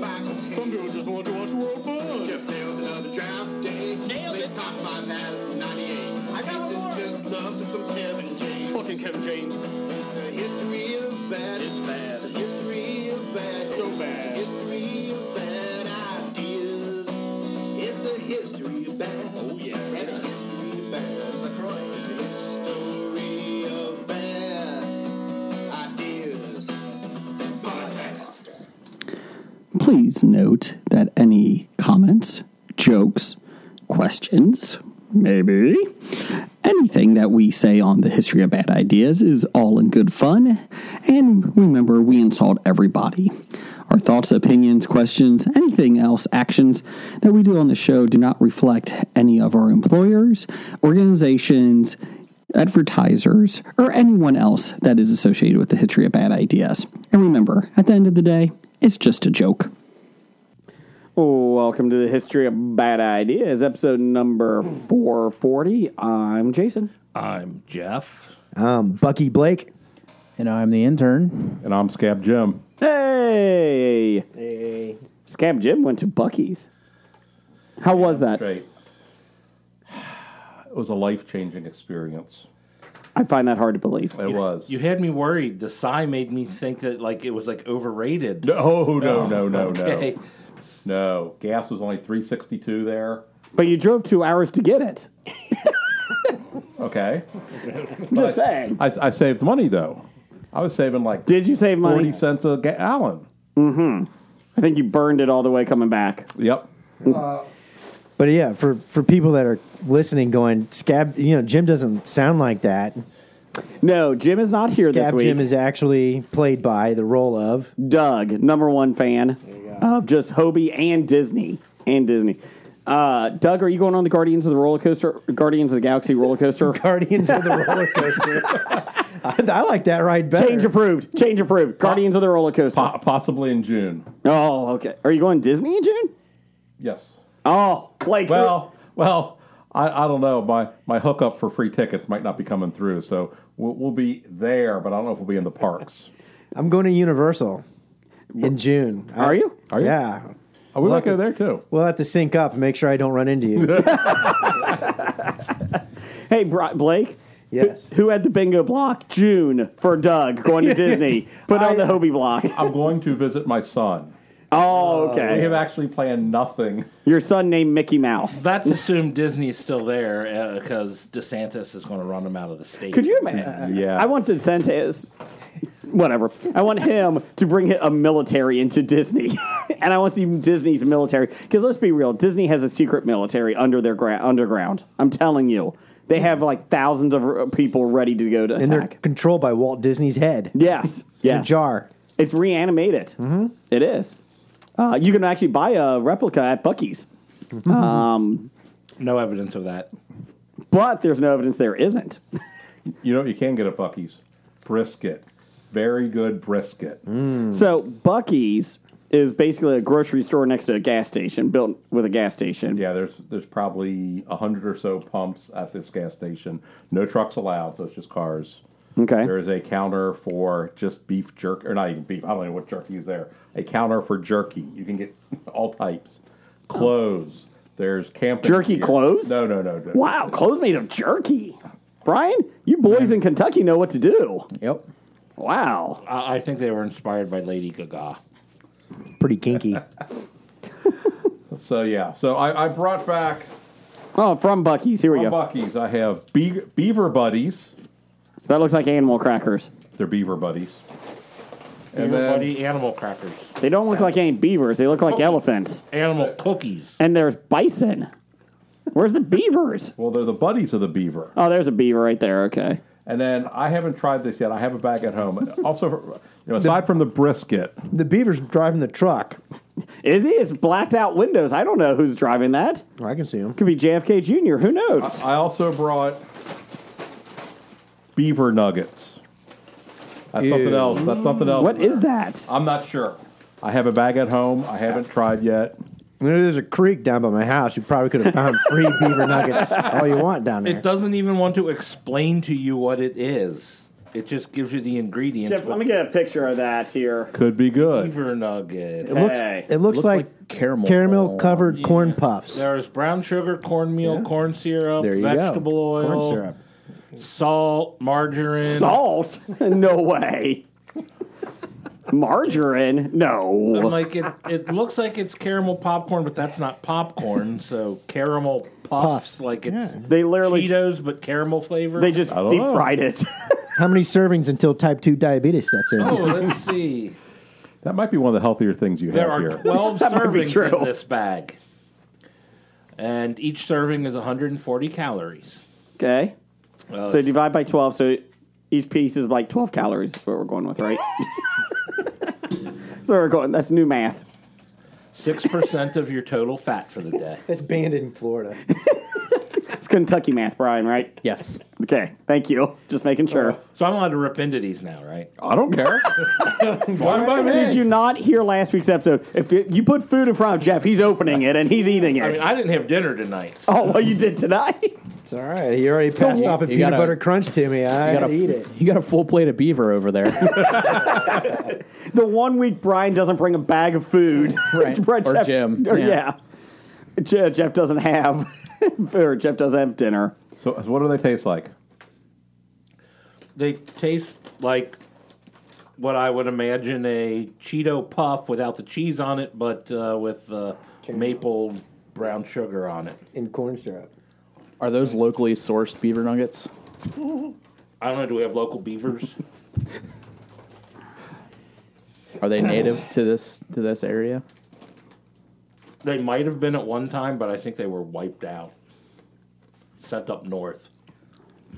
Some people just want to watch the world burn. Jeff nails another draft day. Nailed Makes it. top five has the 98. I got one more. just loves him some Kevin James. Fucking Kevin James. It's the history of bad. It's bad. It's the history of bad. So bad. It's the history of bad ideas. It's the history of bad. Oh, yeah. It's the history of bad. LaCroix. It's the history of bad ideas. Podcast. Please note that any comments, jokes, questions, maybe anything that we say on the history of bad ideas is all in good fun. And remember, we insult everybody. Our thoughts, opinions, questions, anything else, actions that we do on the show do not reflect any of our employers, organizations, advertisers, or anyone else that is associated with the history of bad ideas. And remember, at the end of the day, it's just a joke. Welcome to the History of Bad Ideas, episode number 440. I'm Jason. I'm Jeff. Um, Bucky Blake. And I'm the intern. And I'm Scab Jim. Hey! Hey. Scab Jim went to Bucky's. How was that? Straight. It was a life changing experience. I find that hard to believe. It was. You had me worried. The sigh made me think that like it was like overrated. Oh, no, no, no, no, Okay. no. No. Gas was only 362 there. But you drove two hours to get it. Okay. I'm just saying. I, I saved money, though. I was saving like Did you save 40 money? cents a gallon. I think you burned it all the way coming back. Yep. But yeah, for, for people that are listening, going scab, you know, Jim doesn't sound like that. No, Jim is not here this scab week. Jim is actually played by the role of Doug, number one fan of just Hobie and Disney and Disney. Uh, Doug, are you going on the Guardians of the roller coaster? Guardians of the Galaxy roller coaster? Guardians of the Roller Coaster. I, I like that ride better. Change approved. Change approved. Guardians of the roller coaster. Po- possibly in June. Oh, okay. Are you going Disney in June? Yes. Oh, like Well, well. I, I don't know. My my hookup for free tickets might not be coming through, so we'll, we'll be there, but I don't know if we'll be in the parks. I'm going to Universal in June. Are you? Are you? Yeah. Oh, we might Lucky. go there too. We'll have to sync up and make sure I don't run into you. Hey, Bri- Blake. Yes. Who had the bingo block? June for Doug going to Disney. Put on the I- Hobie block. I'm going to visit my son. Oh, We have okay. actually planned nothing. Your son named Mickey Mouse. That's assumed Disney's still there because DeSantis is going to run them out of the state. Could you imagine? Yeah. I want DeSantis. Whatever. I want him to bring a military into Disney, and I want to see Disney's military. Because let's be real, Disney has a secret military under their gra- underground. I'm telling you, they have like thousands of uh, people ready to go to And they're attack. controlled by Walt Disney's head. Yes, In a yes. jar. It's reanimated. Mm-hmm. It is. Uh, you can actually buy a replica at Bucky's, No evidence of that. but there's no evidence there isn't. You know what you can get at Bucky's? Brisket. Very good brisket. Mm. So Bucky's is basically a grocery store next to a gas station, built with a gas station. Yeah, there's there's probably a hundred or so pumps at this gas station. No trucks allowed, so it's just cars. Okay. There is a counter for just beef jerk, or not even beef. I don't know what jerky is there. A counter for jerky. You can get all types. Clothes. There's camping. Jerky gear. clothes? No, no, no, no. Wow, clothes made of jerky. Brian, you boys in Kentucky know what to do. Yep. Wow. I, I think they were inspired by Lady Gaga. Pretty kinky. So yeah. So I, I brought back Oh, from Bucky's. Here we From go. Bucky's, I have be- Beaver Buddies. that looks like animal crackers. They're Beaver Buddies. And then Everybody, animal crackers, They don't look like any beavers. They look like Oh. elephants. animal cookies. And there's bison. Where's the beavers? well, they're the buddies of the beaver. Oh, there's a beaver right there. Okay. And then I haven't tried this yet. I have it back at home. Also, you know, aside from the brisket, the beaver's driving the truck. Is he? It's blacked out windows. I don't know who's driving that. I can see him. Could be JFK Jr. Who knows? I also brought beaver nuggets. That's something Ew. else. That's something else. what is that? I'm not sure. I have a bag at home. I haven't tried yet. There's a creek down by my house. You probably could have found free beaver nuggets all you want down there. It doesn't even want to explain to you what it is. It just gives you the ingredients. Jeff, with let me get a picture of that here. Could be good. beaver nugget. It looks, Hey. it looks, Looks like, like caramel. covered Yeah. corn puffs. There's brown sugar, cornmeal, corn syrup, There you go. vegetable oil, Corn syrup. salt, margarine. Salt? no way. Margarine? I'm No. like it, it looks like it's caramel popcorn, but that's not popcorn. So caramel puffs, Puffs. like it's They literally Cheetos, but caramel flavor. they just I don't deep know. fried it. How many servings until type 2 diabetes? That's it. Oh, let's see. That might be one of the healthier things you There have are here. 12 That might be servings true. in this bag. And each serving is 140 calories. okay. Uh, So divide by 12. So each piece is like 12 calories, is what we're going with, right? so we're going, that's new math. 6% of your total fat for the day. That's banned in Florida. It's Kentucky math, Brian, right? Yes. Okay. Thank you. Just making sure. So I'm allowed to rip into these now, right? I don't care. Fine by me. Did you not hear last week's episode? If you- you put food in front of Jeff, he's opening it and he's eating it. I mean, I didn't have dinner tonight. oh, well, you did tonight. It's all right. He already passed You- off a you peanut gotta- butter crunch to me. I You gotta got, a, eat it. you got a full plate of beaver over there. the one week Brian doesn't bring a bag of food. Right. Brett- Or Jim. Or, Yeah. yeah. Je- Jeff doesn't have, or Jeff doesn't have dinner. So, so what do they taste like? They taste like what I would imagine a Cheeto puff without the cheese on it, but uh, with uh, maple brown sugar on it. In corn syrup. Are those locally sourced beaver nuggets? I don't know. Do we have local beavers? Are they native to this to this area? they might have been at one time, but I think they were wiped out, sent up north.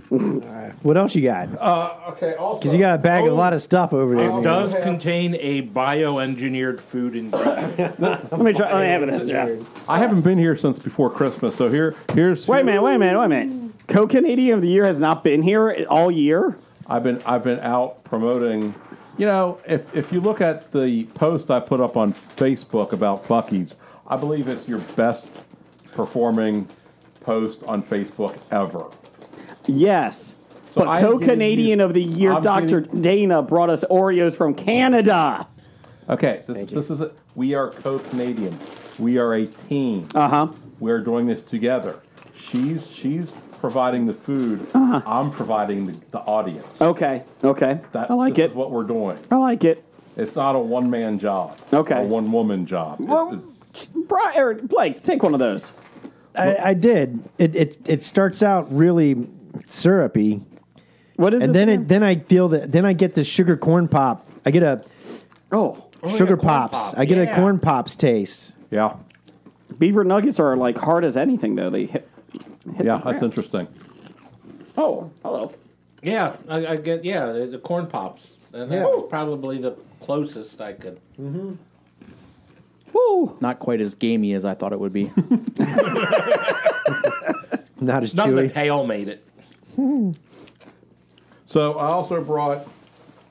What else you got? Uh, Okay, also. Because you got a bag of a lot of stuff over there. Oh, man. no. Does contain a bioengineered food ingredient. Let me try. Let me have this, Jeff. I haven't been here since before Christmas, so here, here's. Wait a minute. Wait a minute. Wait a minute. Co Canadian of the Year has not been here all year. I've been I've been out promoting. You know, if if you look at the post I put up on Facebook about Bucky's, I believe it's your best performing post on Facebook ever. Yes. So but I'm Co getting Canadian you- of the Year, I'm Dr. getting- Dana brought us Oreos from Canada. Okay, this, this is a, we are co-Canadians. We are a team. Uh huh. We are doing this together. She's she's providing the food. I'm providing the, the audience. Okay. Okay. That- I like this it. is what we're doing. I like it. It's not a one man job. Okay. A one woman job. It- Well, it's- Brian, or Blake, take one of those. I, I did. It, it it starts out really syrupy, What is and this? then again? it then I feel that then I get this sugar corn pop. I get a oh, sugar yeah, corn pops. pop. I get a Yeah. corn pops taste. yeah. Beaver nuggets are like hard as anything, though. They hit. Yeah, that's interesting. Oh, hello. yeah, I, I get. Yeah, the, the corn pops. And that was probably the closest I could. Woo! Not quite as gamey as I thought it would be. Not as Not the chewy. tail made it. So I also brought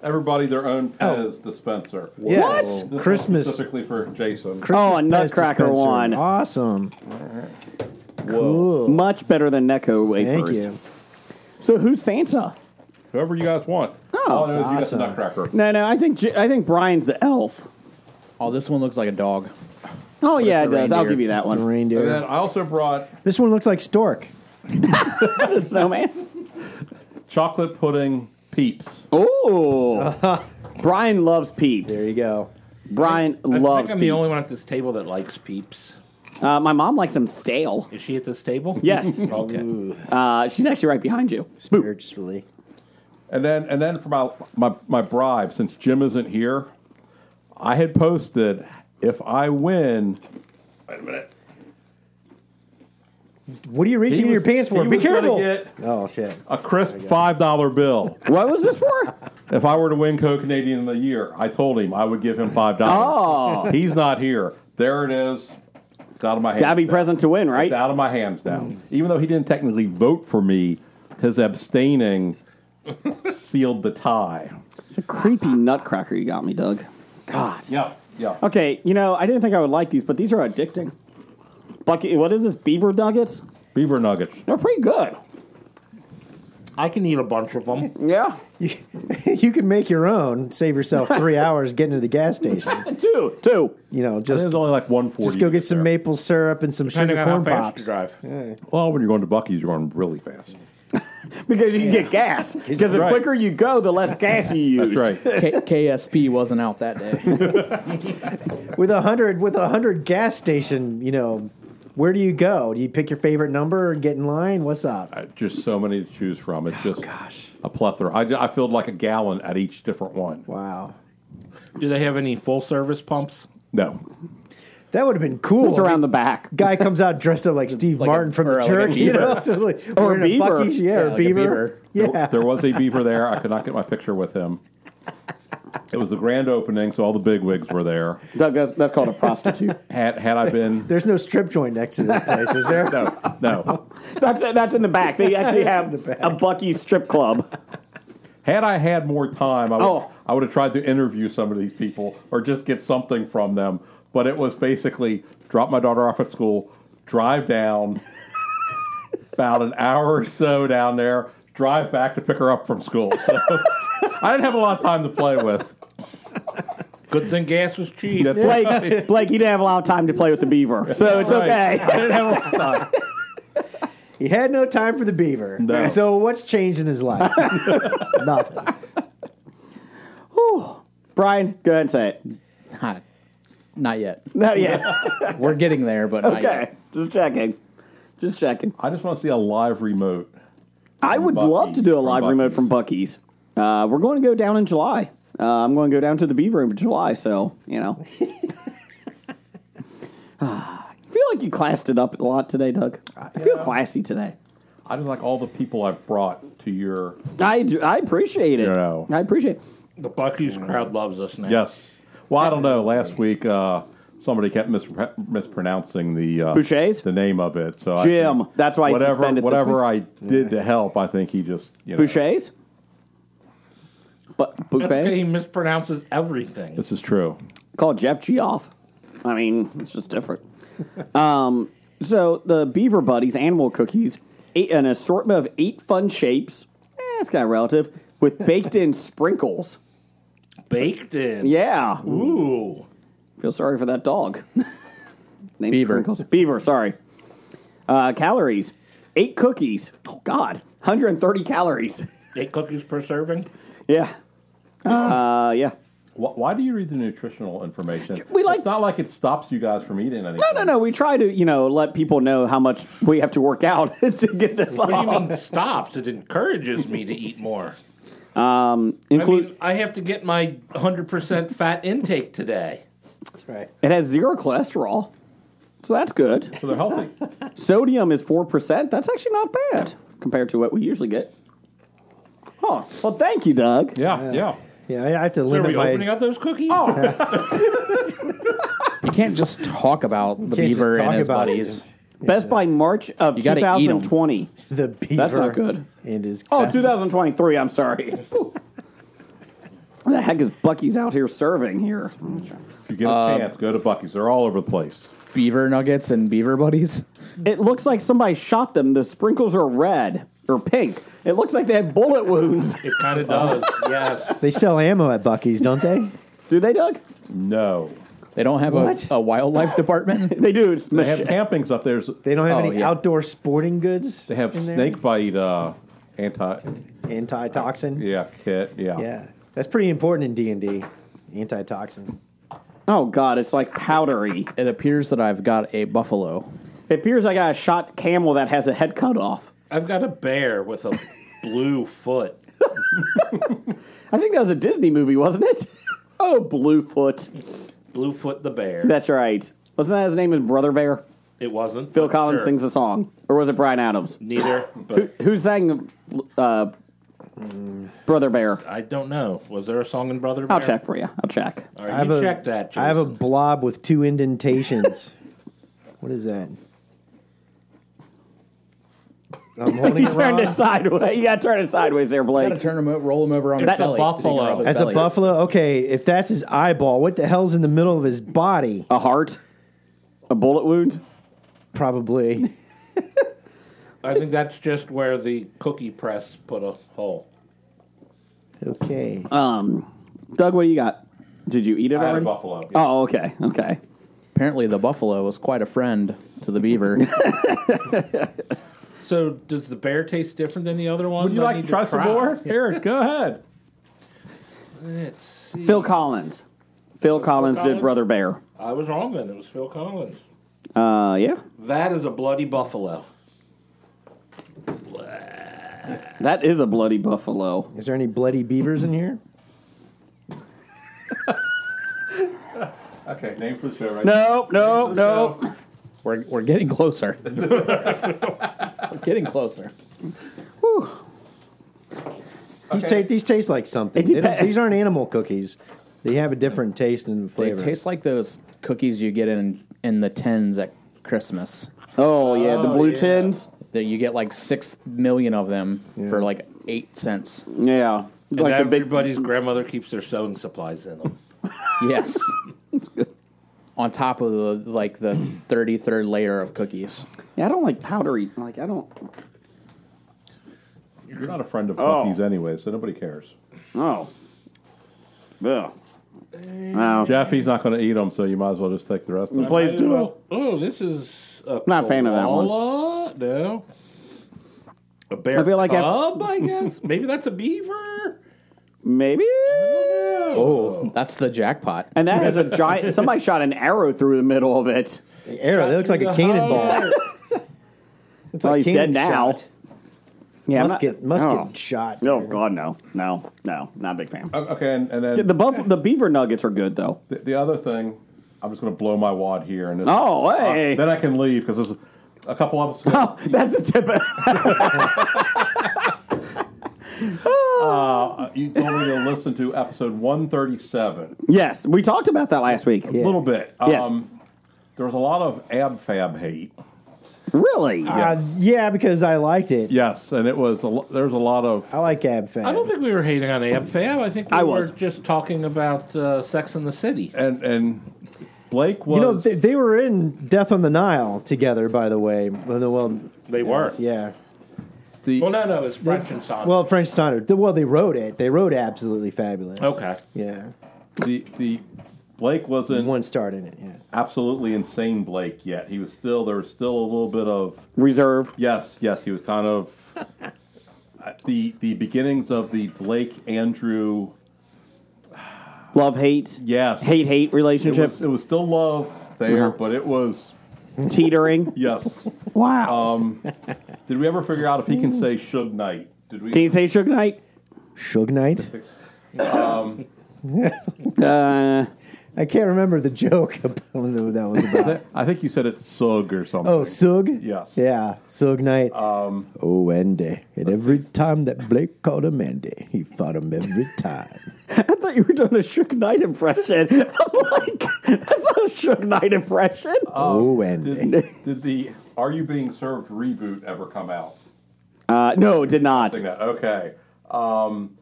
everybody their own Oh. Pez dispenser. Yeah. What? This one's Christmas. specifically for Jason. Oh, a Christmas Pez Nutcracker dispenser. Oh. one. Awesome. Cool. Much better than Necco wafers. Thank you. So who's Santa? Whoever you guys want. Oh, All I know is that's you got the awesome. Nutcracker. No, no, I think J- I think Brian's the elf. oh, this one looks like a dog. Oh yeah, it it's a does. I'll reindeer. give you that It's a one. And reindeer. then I also brought This one looks like stork. The snowman. chocolate pudding peeps. Oh, Brian loves peeps. There you go. Brian I loves. think I'm peeps. the only one at this table that likes peeps. Uh, my mom likes them stale. Is she at this table? Yes. okay. Uh, she's actually right behind you. Spiritually. And then and then for my, my my bribe, since Jim isn't here, I had posted if I win Wait a minute. What are you reaching in your pants for? he Be was gonna careful. get Oh shit. a crisp five dollar bill. What was this for? If I were to win Co Canadian of the Year, I told him I would give him five dollars. Oh. He's not here. There it is. It's out of my hands. Gotta be now. present to win, right? It's out of my hands now. Even though he didn't technically vote for me, his abstaining sealed the tie. It's a creepy nutcracker you got me, Doug. God. Yeah. Yeah. Okay, you know, I didn't think I would like these, but these are addicting. Bucky, what is this? Beaver nuggets? Beaver nuggets. They're pretty good. I can eat a bunch of them. Yeah. you can make your own. Save yourself three hours getting to the gas station. Two. Two. You know, I think just it's only like one forty. just go get some maple syrup and some Depending sugar on how corn fast pops. you drive. Well, when you're going to Bucky's, you're going really fast. Because you can get gas. Because the Right. quicker you go, the less gas you use. That's right. K- KSP wasn't out that day. With a hundred, with a hundred gas station, you know, where do you go? Do you pick your favorite number and get in line? What's up? Uh, Just so many to choose from. It's Oh, just a plethora. I, I filled like a gallon at each different one. Wow, Do they have any full service pumps? No, that would have been cool. It's around the back. guy comes out dressed up like Steve Like a- Martin from or the like a Jerk, you beaver. know, so like, Or wearing a beaver. Buc-ee's, yeah, or like a beaver. yeah. there was a beaver there. I could not get my picture with him. It was the grand opening, so all the big wigs were there. Doug, that's, that's called a prostitute. Had had I been There's no strip joint next to this place, is there? no. no, that's that's in the back. They actually have a Bucky's strip club. had I had more time, I would Oh. I would have tried to interview some of these people or just get something from them. But it was basically drop my daughter off at school, drive down about an hour or so down there, drive back to pick her up from school. So I didn't have a lot of time to play with. Good thing gas was cheap. That's right. Blake, Blake, you didn't have a lot of time to play with the beaver, so it's Right. I okay. didn't have a lot of time. He had no time for the beaver. No. So what's changed in his life? Nothing. Brian, go ahead and say it. Not, not yet. No, yeah. We're getting there, but not Okay, yet. just checking. Just checking. I just want to see a live remote. I would love to do a Buc-ee's, live from remote from Bucky's. Uh, we're going to go down in July. Uh, I'm going to go down to the Beaver in July, so you know. I feel like you classed it up a lot today, Doug. I feel yeah. classy today. I just like all the people I've brought to your I, do- I appreciate it. You know. I appreciate. it. The Bucky's crowd loves us now. yes. Well, I don't know. Last week, uh, somebody kept mispre- mispronouncing the uh, Boucher's? the name of it. So I Jim. think That's why he's whatever suspended this whatever week. I did to help, I think he just you know, Boucher's? But That's because he Boucher's? mispronounces everything. This is true. Called Jeff G off. I mean, it's just different. um, so the Beaver Buddies animal cookies, eight, an assortment of eight fun shapes. Eh, it's kind of relative. With baked in sprinkles. Baked in. Yeah. Ooh. Feel sorry for that dog. Name Beaver. Sprinkles. Beaver, sorry. Uh, calories. Eight cookies. Oh, God. 130 calories. Eight cookies per serving. yeah. Uh, yeah. Why, why do you read the nutritional information? We like- it's not like it stops you guys from eating anything. No, no, no. We try to, you know, let people know how much we have to work out to get this What do you off. mean stops? It encourages me to eat more. Um, I include mean, I have to get my 100% fat intake today. That's right. it has zero cholesterol, so that's good. So they're healthy. Sodium is four percent. That's actually not bad compared to what we usually get. Huh. Well, thank you, Doug. Yeah, yeah. Yeah, I have to So are limit we my. opening up those cookies? Oh. You can't just talk about the can't just beaver talk and his about it. buddies. Best by March of You gotta eat 'em. 2020. The beaver. That's not good. And his. Oh, 2023. I'm sorry. What the heck is Bucky's out here serving here? If you get a Uh, chance, go to Bucky's. They're all over the place. Beaver nuggets and beaver buddies. It looks like somebody shot them. The sprinkles are red or pink. It looks like they have bullet wounds. It kind of does. yes. They sell ammo at Bucky's, don't they? Do they, Doug? No, They don't have a, What? a wildlife department. They do. It's they have campings up there. They don't have Oh, any yeah. outdoor sporting goods. They have in there? snake bite uh, anti antitoxin. Yeah, kit. Yeah. Yeah, that's pretty important in D and D. Antitoxin. oh god, it's like powdery. It appears that I've got a buffalo. It appears I got a shot camel that has a head cut off. I've got a bear with a blue foot. I think that was a Disney movie, wasn't it? oh, Bluefoot. Bluefoot the bear. That's right. Wasn't that his name? Is Brother Bear? it wasn't. Bill but Collins sure. sings a song, or was it Brian Adams? Neither. Who, But who sang uh, Brother Bear? I don't know. Was there a song in Brother Bear? I'll check for you. I'll check. All right, I have you a- check that. Jason. I have a blob with two indentations. what is that? I'm holding You it turned wrong. it sideways. You got to turn it sideways there, Gotta Blake. turn him, o- roll him over on his That's a belly. so you can buffalo. rub his That's a belly. buffalo. Okay, if that's his eyeball, what the hell's in the middle of his body? A heart, a bullet wound. Probably. I think that's just where the cookie press put a hole. Okay. Doug, what do you got? Did you eat it I had a already? buffalo. yeah. Oh, okay, okay. Apparently, the buffalo was quite a friend to the beaver. So does the bear taste different than the other ones? Would you I like need to try some more? Here, go ahead. Let's see. Phil Collins. Phil Collins, Collins? did Brother Bear. I was wrong then. It was Phil Collins. Uh, yeah, That is a bloody buffalo. that is a bloody buffalo. Is there any bloody beavers in here? Okay, name for the show right Nope, nope, now. nope. we're, we're getting closer. we're getting closer. These, ta- these taste like something. It They don't- depends. these aren't animal cookies. They have a different taste and They flavor. taste like those cookies you get in in the tins at Christmas. Oh yeah, the Oh, blue yeah. tins. That you get like six million of them for like eight cents. Yeah, like the big. everybody's grandmother keeps their sewing supplies in them. Yes. On top of the like the thirty third layer of cookies. Yeah, I don't like powdery. Like I don't. You're not a friend of Oh. Bucky's anyway, so nobody cares. Oh. Yeah. Oh. Jeff, he's not going to eat them, so you might as well just take the rest of them. Please do. Oh, this is a Not a fan of that one. koala? No. A bear I feel like I've- cub, I guess. Maybe that's a beaver. Maybe. Oh, that's the jackpot. And that has a giant. Somebody shot an arrow through the middle of it. The arrow. That looks like a cannonball. It's Well, like he's dead cannon now. shot. Yeah, I'm Musket, not- musket oh. shot. Oh God, no, no, no, not a big fan. O- Okay, and, and The then buff, the beaver nuggets are good though. the, the other thing, I'm just going to blow my wad here, and this, Oh uh, hey, then I can leave because there's a couple of us. Oh, that's a tip. Uh, you told me to listen to episode 137. yes, we talked about that last week. A little bit. Um, Yes. There was a lot of ab fab hate. Really? Uh, yeah, because I liked it. Yes, and it was a lo- there's a lot of I like Ab Fab. I don't think we were hating on Ab Fab. I think we I were was. just talking about uh, Sex in the City. and and Blake was you know, they, they were in Death on the Nile together, by the way. Well, the- well, They were. Yeah. the Well, no, no, it's French and Sonic. Well, French Sonnet. Well, they wrote it. They wrote Absolutely Fabulous. Oh. okay. Yeah. the the Blake wasn't One starred in it, yeah. absolutely insane Blake yet. He was still there was still a little bit of Reserve. yes, yes. He was kind of uh, the the beginnings of the Blake Andrew Love hate. yes Hate hate It relationship. was, it was still love there, Uh-huh. but it was Teetering. yes. Wow. Um, Did we ever figure out if he can say Suge Knight? Did we? Can you say Suge Knight? Suge Knight? Uh, I can't remember the joke. I don't know what that was about. I think you said it's Sug or something. Oh, Sug? Yes. Yeah, Sug Knight. Um, oh, Andy. And every time that Blake called him Andy, he fought him every time. I thought you were doing a Suge Knight impression. I'm like, that's not a Suge Knight impression. Uh, oh, Andy. Did, did the Are You Being Served reboot ever come out? Uh, no, it did not. Think that. Okay. Um,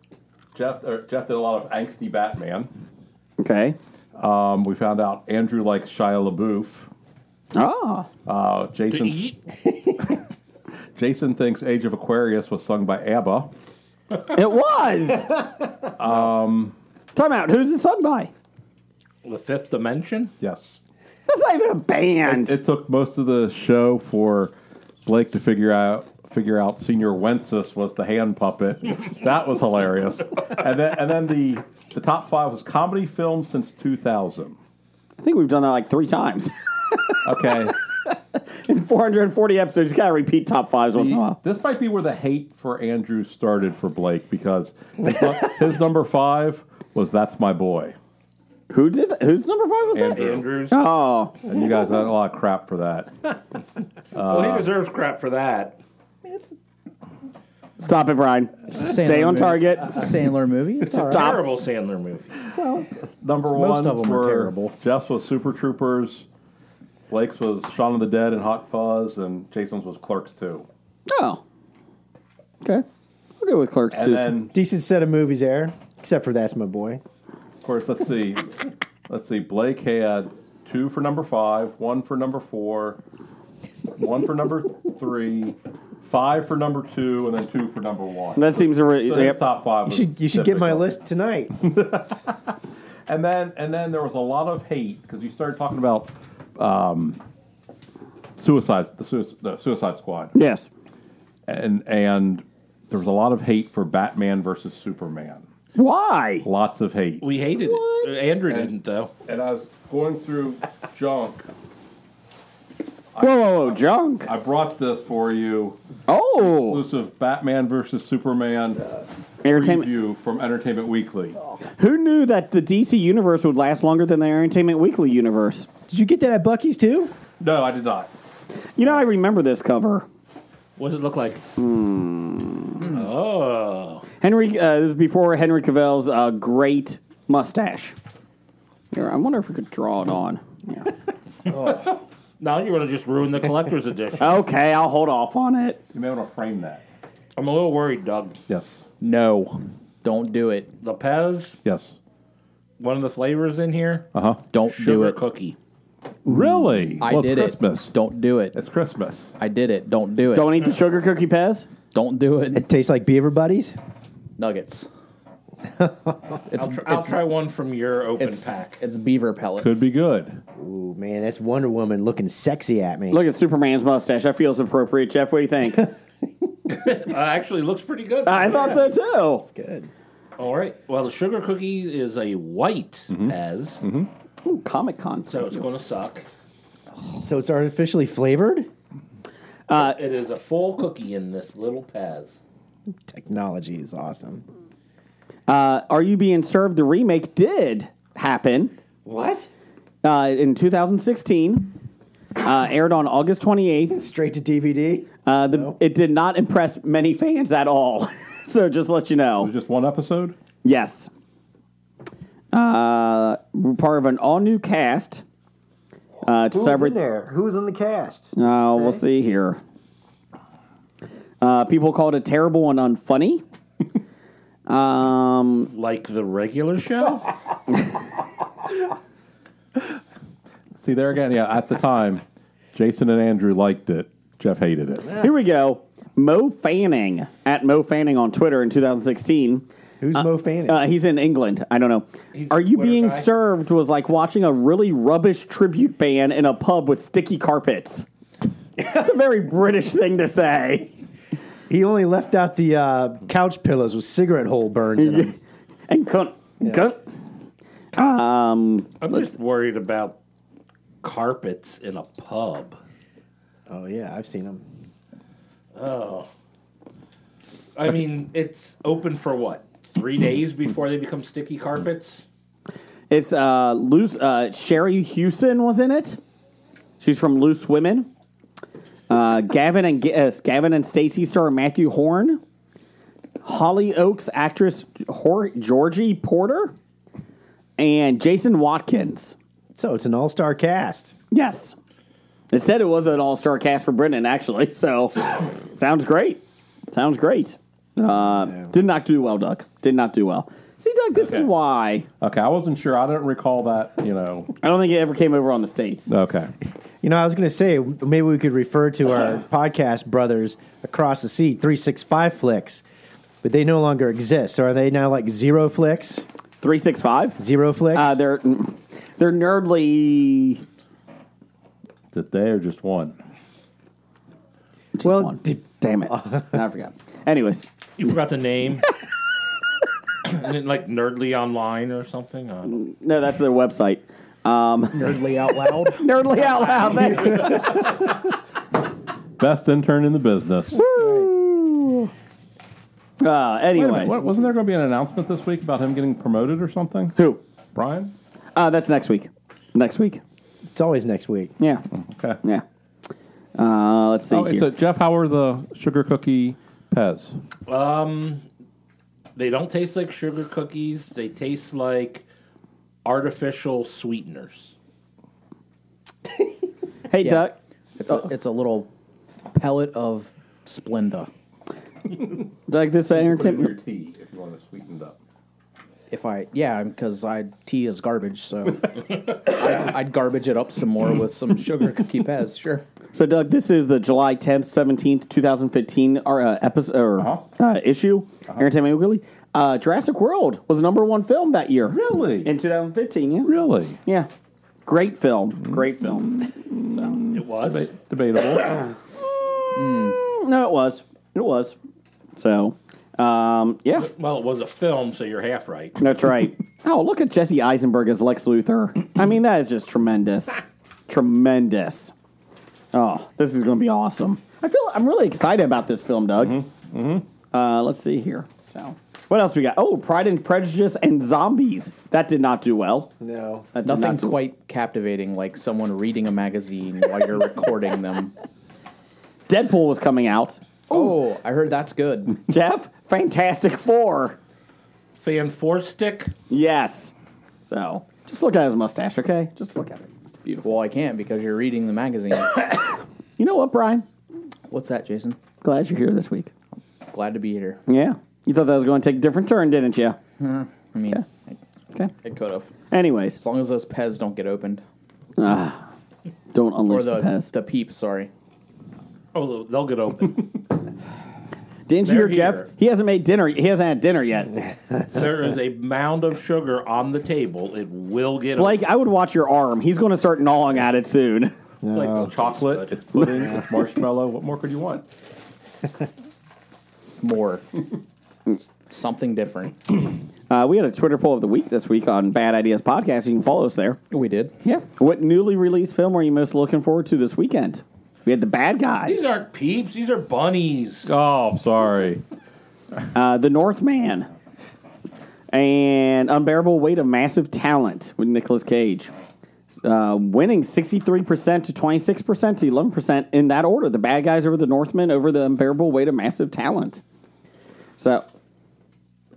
Jeff er, Jeff did a lot of angsty Batman. Okay. Um, we found out Andrew likes Shia LaBeouf. Oh. Uh, Jason Jason thinks Age of Aquarius was sung by ABBA. It was. um, Um, Time out. Who's it sung by? The Fifth Dimension? Yes. That's not even a band. It took most of the show for Blake to figure out figure out Senior Wences was the hand puppet. that was hilarious. And then and then the the top five was comedy films since 2000. I think we've done that like three times. Okay. In 440 episodes, you gotta repeat top fives once in a while. this might be where the hate for Andrew started for Blake because his, nu- his number five was "That's My Boy," Who did that? Whose number five was that? Andrew. Andrews. Oh, and you guys had a lot of crap for that. so he deserves crap for that. stop it, Brian. Stay Sandler on movie. target. It's a Sandler movie. It's all right. Stop. Terrible Sandler movie. Number Most one of them are were terrible. Jeff's was Super Troopers, Blake's was Shaun of the Dead and Hot Fuzz, and Jason's was Clerks Two. Oh. Okay. We'll go with Clerks And too. then, Decent set of movies there, except for That's My Boy. of course, let's see, let's see. Blake had two for number five, one for number four, one for number three, five for number two, and then two for number one. That seems a re- So his yep. top five. You was should you should get my difficult. list tonight. And then and then there was a lot of hate because you started talking about um, suicide the, sui- the Suicide Squad Yes. and and there was a lot of hate for Batman versus Superman. Why? Lots of hate. We hated it. Andrew didn't though. And I was going through junk. Whoa, whoa, whoa, junk. I brought this for you. Oh, Exclusive Batman versus Superman entertainment. review from Entertainment Weekly. Who knew that the DC universe would last longer than the Entertainment Weekly universe? Did you get that at Bucky's too? No, I did not. You know, I remember this cover. What does it look like? Hmm. Oh, Henry, uh, this is before Henry Cavill's uh, great mustache. Here, I wonder if we could draw it on. Yeah. now you're going to just ruin the collector's edition. okay, I'll hold off on it. You may want to frame that. I'm a little worried, Doug. Yes. No, don't do it. The Pez, Yes. one of the flavors in here, Uh huh. Don't do sugar it. cookie. Really? I well, it's did Christmas. it. Don't do it. It's Christmas. I did it. Don't do it. Don't eat the sugar cookie, Pez. Don't do it. It tastes like Beaver Buddies. Nuggets. it's I'll, tr- I'll try one from your open it's, pack. it's beaver pellets. Could be good. Ooh man, that's Wonder Woman looking sexy at me. Look at Superman's mustache. That feels appropriate, Jeff. What do you think? Uh, actually, looks pretty good. I thought so too. good. All right. Well, the sugar cookie is a white Mm-hmm. Pez, Ooh, Comic Con. so it's going to suck. So it's artificially flavored Uh, It is a full cookie in this little Pez. technology is awesome. uh, Are You Being Served? The remake did happen What? uh, in 2016. Uh, aired on August 28th. Straight to DVD. Uh, the, It did not impress many fans at all. so just let you know. Just one episode? Yes. Uh, we're part of an all new cast. Uh, to Who's in celebrate. there? Who's in the cast? Uh, Say. we'll see here. Uh, people called it terrible and unfunny. um, Like the regular show? See, there again, yeah, at the time, Jason and Andrew liked it. Jeff hated it. here we go. Mo Fanning at Mo Fanning on Twitter in 2016. Who's Mo Fanning? Uh, he's in England. I don't know. Are you Twitter being guy. served? Was like watching a really rubbish tribute band in a pub with sticky carpets. That's a very British thing to say. he only left out the uh, couch pillows with cigarette hole burns in them. and cunt. Cunt. Um, I'm just worried about carpets in a pub. Oh yeah, I've seen them. I mean, it's open for what? Three days before they become sticky carpets? it's uh, loose. Uh, Sherry Hewson was in it. She's from Loose Women. Uh, Gavin and Ga- uh, Gavin and Stacy star Matthew Horn. Holly Oaks actress Hor- Georgie Porter, and Jason Watkins. So it's an all-star cast. Yes, it said it was an all-star cast for Brendan. Actually, so sounds great. Sounds great. Uh, Did not do well, Doug. Did not do well. See, Doug, this is Okay. why Okay, I wasn't sure. I didn't recall that, you know. I don't think it ever came over on the states. Okay. You know, I was going to say maybe we could refer to our podcast brothers across the sea, three six five flicks, but they no longer exist. So are they now like zero flicks? Three six five. Zero flicks? Uh, they're they're nerdly. That they are just one. Well, well, d- damn it, I forgot. Anyways, You forgot the name? Isn't it like Nerdly Online or something? Uh, I don't know. no, that's their website. Um, Nerdly out loud. nerdly out loud. thank you. Best intern in the business. Woo. Uh, Wait a anyways, minute, what- wasn't there going to be an announcement this week about him getting promoted or something? who? Brian? Uh, that's next week. Next week. it's always next week. Yeah. Okay. Yeah. Uh, let's see Oh, here. so, Jeff, how are the sugar cookie Pez? They don't taste like sugar cookies, they taste like artificial sweeteners. hey, Yeah. Doug. It's a, it's a little pellet of Splenda. Doug, this entertainment. tea if you want to sweeten up. If I yeah, because I tea is garbage, so I'd, I'd garbage it up some more with some sugar cookie pez. Sure. So, Doug, this is the July 10th, 17th, 2015 our, uh, episode, or, Uh-huh. uh issue, Entertainment Weekly. Uh, Jurassic World was the number one film that year. Really? In 2015, yeah. Really? Mm-hmm. Mm. Yeah. Great film. Great film. It was. Debatable. Mm, No, it was. It was. So, um, yeah, Well, it was a film, so you're half right. that's right. Oh, look at Jesse Eisenberg as Lex Luthor. I mean, that is just tremendous. tremendous. Oh, this is going to be awesome. I feel I'm really excited about this film, Doug. Uh, let's see here. So, what else we got? Oh, Pride and Prejudice and Zombies. That did not do well. No. That did Nothing not do- quite captivating like someone reading a magazine while you're recording them. Oh. Deadpool was coming out. Oh, I heard that's good. Jeff, Fantastic Four. Fan four stick. Yes. So, just look at his mustache, okay? Just look at it. It's beautiful. Well, I can't because you're reading the magazine. You know what, Brian? What's that, Jason? Glad you're here this week. Glad to be here. Yeah. You thought that was going to take a different turn, didn't you? I mean, Okay. it could have. Anyways, As long as those pez don't get opened don't or unleash the the, pest. the peep. Sorry. Oh, they'll get open. Didn't you They're hear Jeff? here. He hasn't made dinner. He hasn't had dinner yet. there is a mound of sugar on the table. It will get Blake, I would watch your arm. He's going to start gnawing at it soon. open. Like Chocolate, it's pudding, it's marshmallow. What more could you want? More. Something different. Uh, we had a Twitter poll of the week this week on Bad Ideas Podcast. You can follow us there. We did. Yeah. What newly released film are you most looking forward to this weekend? We had The Bad Guys, These aren't peeps. These are bunnies. Oh, sorry. uh, The Northman, and Unbearable Weight of Massive Talent with Nicolas Cage. Uh, winning 63% to 26% to 11% in that order. The Bad Guys over The Northman over The Unbearable Weight of Massive Talent. So,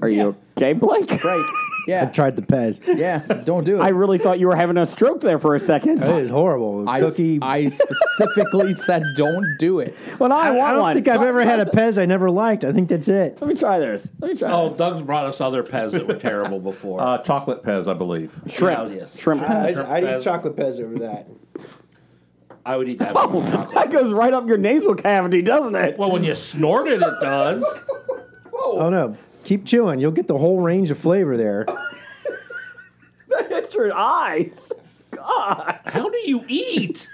are you okay, Blake? Right. Yeah. Tried the Pez. Yeah. Don't do it. I really thought you were having a stroke there for a second. That is horrible. I, Cookie. I specifically said don't do it. Well, I, want I don't one. think I've ever had a Pez I never liked. I think that's it. Let me try this. Let me try Oh, this. Doug's brought us other pets that were terrible before. Uh, chocolate Pez, I believe. Oh, Shrimp. yes. Shrimp pie. I'd eat chocolate Pez over that. I would eat that. with chocolate. That goes right up your nasal cavity, doesn't it? Well, when you snort it, it does. Oh no. Keep chewing. You'll get the whole range of flavor there. Hit your eyes. How do you eat?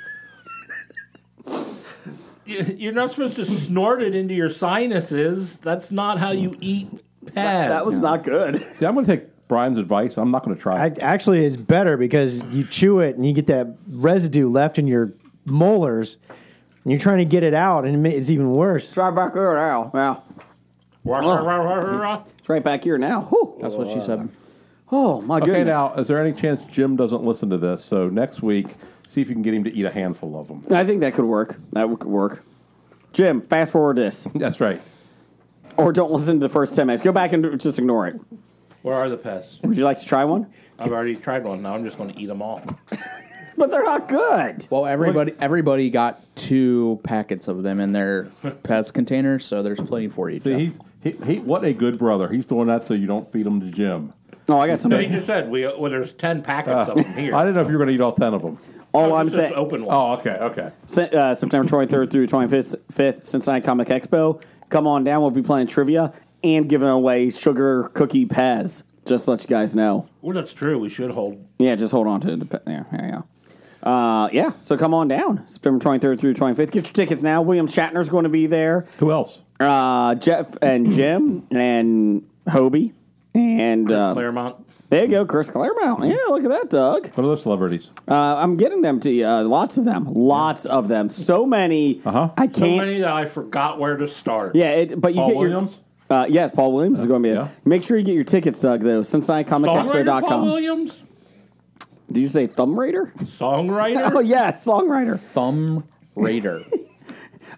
You- You're not supposed to snort it into your sinuses. That's not how you eat pets. That was not good. See, I'm going to take Brian's advice. I'm not going to try. I, it. actually, it's better because you chew it and you get that residue left in your molars. And you're trying to get it out, and it ma- it's even worse. Try back here now. Wow. It's right back here now. Whew. That's what she said. Oh, my Okay, goodness. now, is there any chance Jim doesn't listen to this? So next week, see if you can get him to eat a handful of them. I think that could work. That would- could work. Jim, fast forward this. That's right. Or don't listen to the first 10 minutes. Go back and just ignore it. Where are the pests? Would you like to try one? I've already tried one. Now I'm just going to eat them all. But they're not good. Well, everybody everybody got two packets of them in their pest container, so there's plenty for you. See, Jeff. he's, he, he, what a good brother. He's doing that so you don't feed him to Jim. Oh, I got So he something. just said we. Well, there's ten packets of them here. I didn't know if you were going to eat all 10 of them. All I'm Just this saying. open one. Oh, okay, okay. Se- uh, September 23rd through 25th, 5th, Cincinnati Comic Expo. Come on down. We'll be playing trivia and giving away sugar cookie Pez. Just to let you guys know. Well, that's true. We should hold. Yeah, just hold on to it. Dep- Yeah, there you go. Uh, yeah, so come on down. September 23rd through 25th. Get your tickets now. William Shatner's going to be there. Who else? Uh, Jeff and Jim and Hobie. And uh, Claremont. there you go, Chris Claremont. Yeah, look at that, Doug. What are those celebrities? Uh, I'm getting them to you. Uh, lots of them. Lots of them. So many. Uh-huh. I can't. So many that I forgot where to start. Yeah, it, but you Paul get your- Williams? uh, yes, Paul Williams is going to be. Yeah. there. Make sure you get your tickets, Doug. Though Songwriter Paul SongwriterPaulWilliams.com. Williams. Did you say thumb raider? Songwriter. Oh yes, songwriter, Thumb Raider.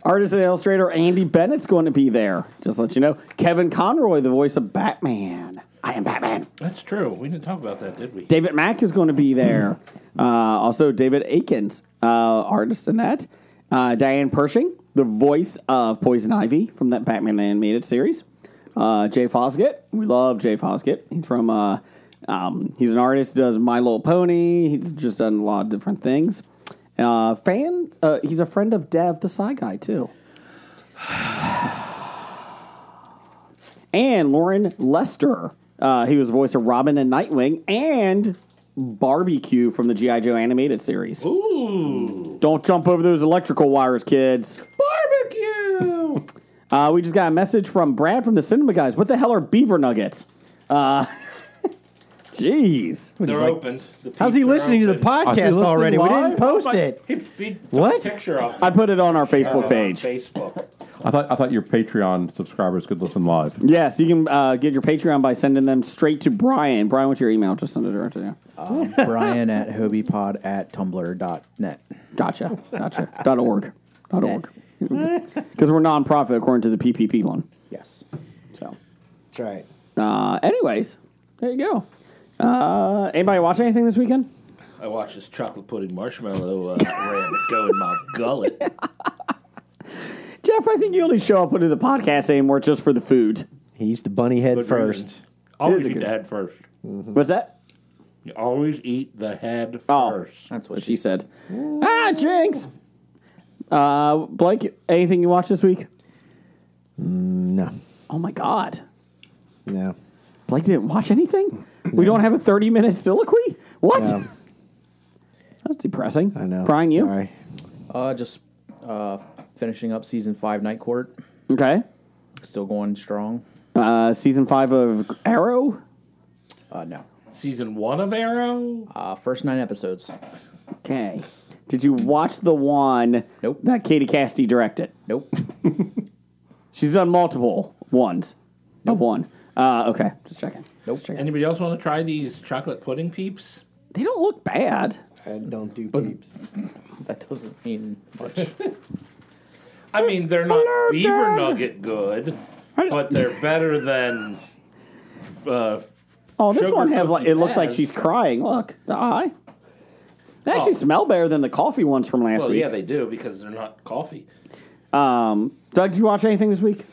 artist and illustrator Andy Bennett's going to be there. Just to let you know, Kevin Conroy, the voice of Batman. I am Batman. That's true. We didn't talk about that, did we? David Mack is going to be there. Uh, also, David Aikens, uh, artist in that. Uh, Diane Pershing, the voice of Poison Ivy from that Batman animated series. Uh, Jay Foskett. We love Jay Foskett. He's from, uh, um, he's an artist, does My Little Pony. He's just done a lot of different things. Uh, fan, uh, he's a friend of Dev, the Psy Guy, too. And Lauren Lester. Uh, he was the voice of Robin and Nightwing and Barbecue from the G.I. Joe animated series. Ooh. Don't jump over those electrical wires, kids. Barbecue. Uh, we just got a message from Brad from the Cinema Guys. What the hell are beaver nuggets? Uh, jeez. They're like- opened. The How's he peeps are listening to the open. podcast listening already? We live? didn't post Oh my- it. He, he took What? A picture of uh, I put it on our Facebook on page. Facebook. I thought I thought your Patreon subscribers could listen live. Yes, you can uh, get your Patreon by sending them straight to Brian. Brian, what's your email? Just send it right to you. Brian at hobiepod at tumblr.net. Gotcha. Gotcha. dot org. Dot org. Because we're nonprofit according to the PPP one. Yes. So, That's right. uh, anyways, there you go. Uh, anybody watch anything this weekend? I watched this chocolate pudding marshmallow uh, rabbit go in my gullet. Jeff, I think you only show up into the podcast anymore just for the food. He's the bunny head Good first. reason. Always It is a eat good- the head first. What's that? You always eat the head Oh. first. That's what what she said. Ah, jinx. Uh, Blake, anything you watched this week? No, Oh my god, no. Blake didn't watch anything. We don't have a thirty-minute soliloquy. What? No. That's depressing. I know. Brian, you Sorry. Uh, just uh, finishing up season five, Night Court. okay? Still going strong. Uh, season five of Arrow. Uh, no. Season one of Arrow. Uh, first nine episodes. Okay. Did you watch the one Nope. that Katie Cassidy directed? Nope. She's done multiple ones. Of one. Uh, okay, just checking. Nope. Anybody else want to try these chocolate pudding peeps? They don't look bad. I don't do peeps. That doesn't mean much. I mean, they're not Hello, beaver Dad. nugget good, but they're better than. Uh, Oh, this Sugar one has cookie like it looks like has- she's crying. Look, the eye. They actually smell better than the coffee ones from last Oh. well, week. yeah, they do because they're not coffee. Um, Doug, did you watch anything this week?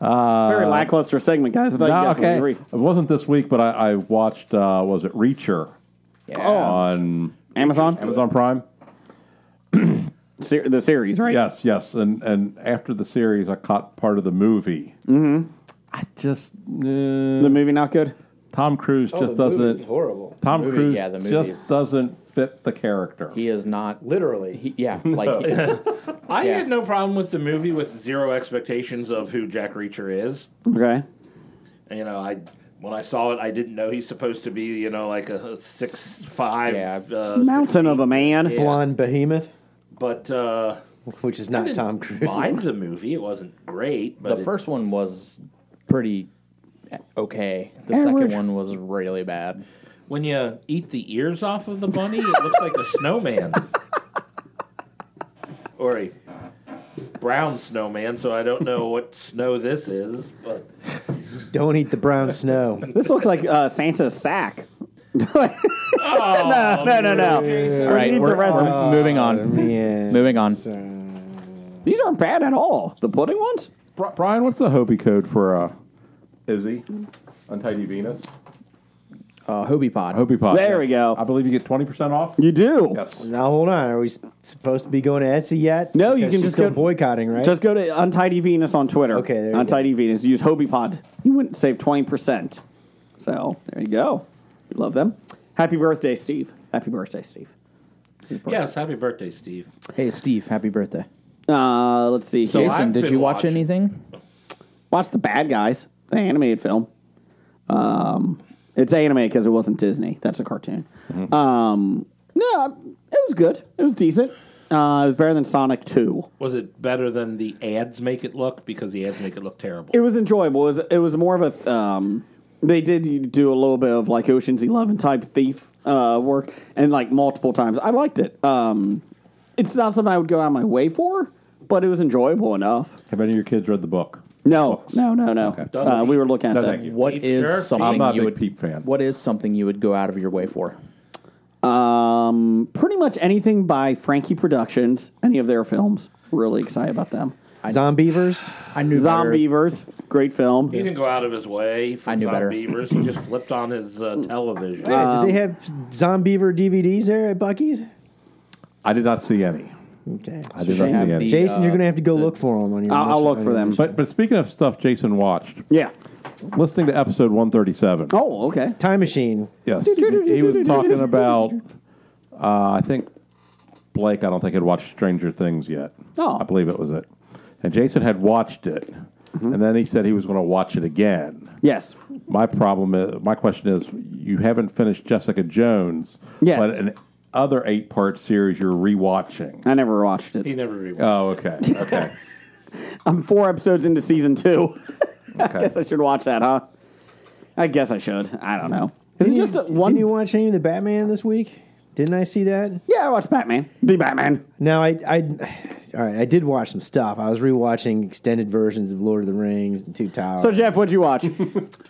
Uh, Very lackluster segment, guys. I thought no, you guys would okay. agree. It wasn't this week, but I, I watched. Uh, was it Reacher Oh. Yeah. on Amazon, Amazon Prime? Se- the series, right? Yes, yes. And and after the series, I caught part of the movie. Mm-hmm. I just uh, The movie not good. Tom Cruise Oh, just doesn't. horrible. Tom Movie, Cruise yeah, the movie just is- doesn't fit the character. He is not. Literally. He, yeah. Like. I Yeah. had no problem with the movie with zero expectations of who Jack Reacher is. Okay. You know, I when I saw it, I didn't know he's supposed to be, you know, like a, a six five Yeah. uh, Mountain of a man. Yeah. Blonde behemoth, But uh, which is I not didn't Tom Cruise. Mind the movie? It wasn't great, but the it- first one was pretty okay. The Average. second one was really bad. when you eat the ears off of the bunny, it looks like a snowman or a brown snowman. So I don't know what snow this is, but Don't eat the brown snow. This looks like uh, Santa's sack. oh, No, no, no. All right, need we're, the rest we're moving on. yeah. Moving on. These aren't bad at all. The pudding ones. Bri- Brian, what's the Hobie code for uh, Izzy? Untidy Venus. Uh, Hobie Pod. Hobie Pod. There we go. I believe you get twenty percent off. You do. Yes. Now hold on. Are we s- supposed to be going to Etsy yet? No, you can Because she's just still go- boycotting, right? Just go to Untidy Venus on Twitter. Okay, there you go. Untidy Venus. Use HobiePod. You wouldn't save 20%. So there you go. We love them. Happy birthday, Steve. Happy birthday, Steve. This is birthday. yes, happy birthday, Steve. Hey, Steve. Happy birthday. Uh, let's see. So here. I- Jason, I've did been you watch watching. anything? Watch The Bad Guys, the animated film. Um, it's anime because it wasn't Disney. That's a cartoon. Um, no, it was good. It was decent. Uh, it was better than Sonic 2. Was it better than the ads make it look? Because the ads make it look terrible. It was enjoyable. It was, it was more of a. Um, they did do a little bit of like Ocean's Eleven type thief uh, work, and like multiple times. I liked it. Um, it's not something I would go out of my way for, but it was enjoyable enough. Have any of your kids read the book? No, no, no, no. Uh, we were looking at No, that. thank you. What Peep, is sure. something I'm not a you big would Peep fan. What is something you would go out of your way for? Um, pretty much anything by Frankie Productions, any of their films. Really excited about them. Zombievers. I knew better. Zombievers, great film. He didn't go out of his way for I knew Tom better. Beavers. He just flipped on his uh, television. Yeah, did they have Zombiever DVDs there at Bucky's? Um, I did not see any. Okay. I did not see Shame. any. The, Jason, you're uh, going to have to go look for them on your. I'll, I'll list- look on for your them. list. But but speaking of stuff Jason watched, Yeah. listening to episode one thirty seven. Oh, okay. Time Machine. Yes, he was talking about. Uh, I think Blake. I don't think had watched Stranger Things yet. Oh. I believe it was it. And Jason had watched it, Mm-hmm. and then he said he was going to watch it again. Yes. My problem is, my question is, you haven't finished Jessica Jones, Yes. but an other eight part series you're rewatching. I never watched He it. never rewatched. Oh, okay, okay, I'm four episodes into season two. I okay. guess I should watch that, huh? I guess I should. I don't know. Is it Didn't just you, a one? Didn't you watch any of the Batman this week? Didn't I see that? yeah, I watched Batman. The Batman. No, I, I, all right, I did watch some stuff. I was rewatching extended versions of Lord of the Rings and Two Towers. So, Jeff, what'd you watch?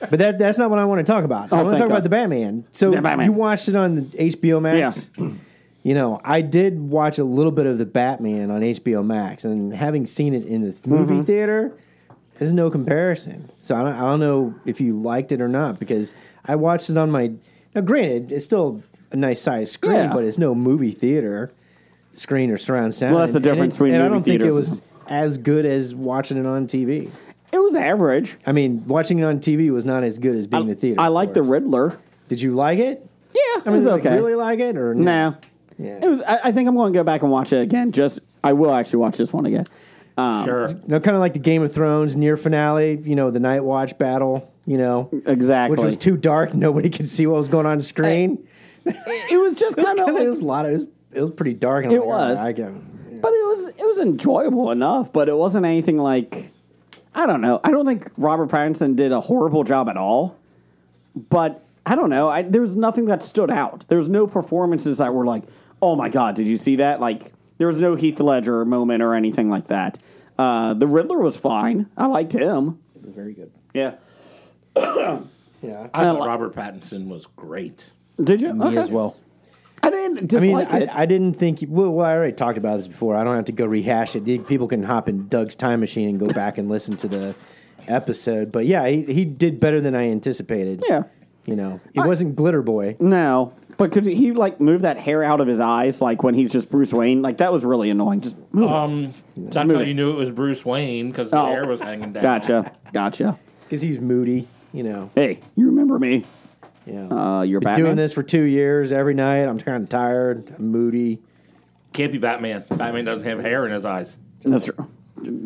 but that, that's not what I want to talk about. I Oh, want thank to talk God. about the Batman. So The Batman. you watched it on the HBO Max. You know, I did watch a little bit of the Batman on HBO Max, and having seen it in the movie Mm-hmm. theater, there's no comparison. So I don't, I don't know if you liked it or not because I watched it on my. Now, granted, it's still a nice sized screen, Yeah. but it's no movie theater screen or surround sound. Well, that's the And- and difference it- between And I movie don't think it theaters was as good as watching it on TV. it was average. I mean, watching it on TV was not as good as being in the theater. I of like the course. Riddler. Did you like it? Yeah, I mean, it was like, okay. really like it or no? No. Yeah. It was. I, I think I'm going to go back and watch it again. Just I will actually watch this one again. Um, Sure. No, kind of like the Game of Thrones near finale. You know, the Night Watch battle. You know, Exactly. which was too dark. Nobody could see what was going on screen. It was just It was kind of kinda- like, it was a lot of. It was, it was pretty dark. And I'm It like, all right, was. I can, but it was it was enjoyable enough. But it wasn't anything like I don't know. I don't think Robert Pattinson did a horrible job at all. But I don't know. I, there was nothing that stood out. There was no performances that were like, oh my god, did you see that? Like there was no Heath Ledger moment or anything like that. Uh, the Riddler was fine. I liked him. Very good. Yeah. yeah. I thought Robert Pattinson was great. Did you? Me Okay. as well. I didn't I mean, dislike I, it. I didn't think. Well, well, I already talked about this before. I don't have to go rehash it. The- People can hop in Doug's time machine and go back and listen to the episode. But yeah, he, he did better than I anticipated. yeah. You know, it wasn't Glitter Boy. No, but could he like move that hair out of his eyes, like when he's just Bruce Wayne? Like that was really annoying. Just move. it. Um, that's how moving. you knew it was Bruce Wayne because the Oh. hair was hanging down. Gotcha, gotcha. because he's moody. You know, Hey, you remember me? yeah. Uh, you're Been Batman. doing this for two years every night. I'm kind of tired, I'm moody. Can't be Batman. Batman doesn't have hair in his eyes. That's tr-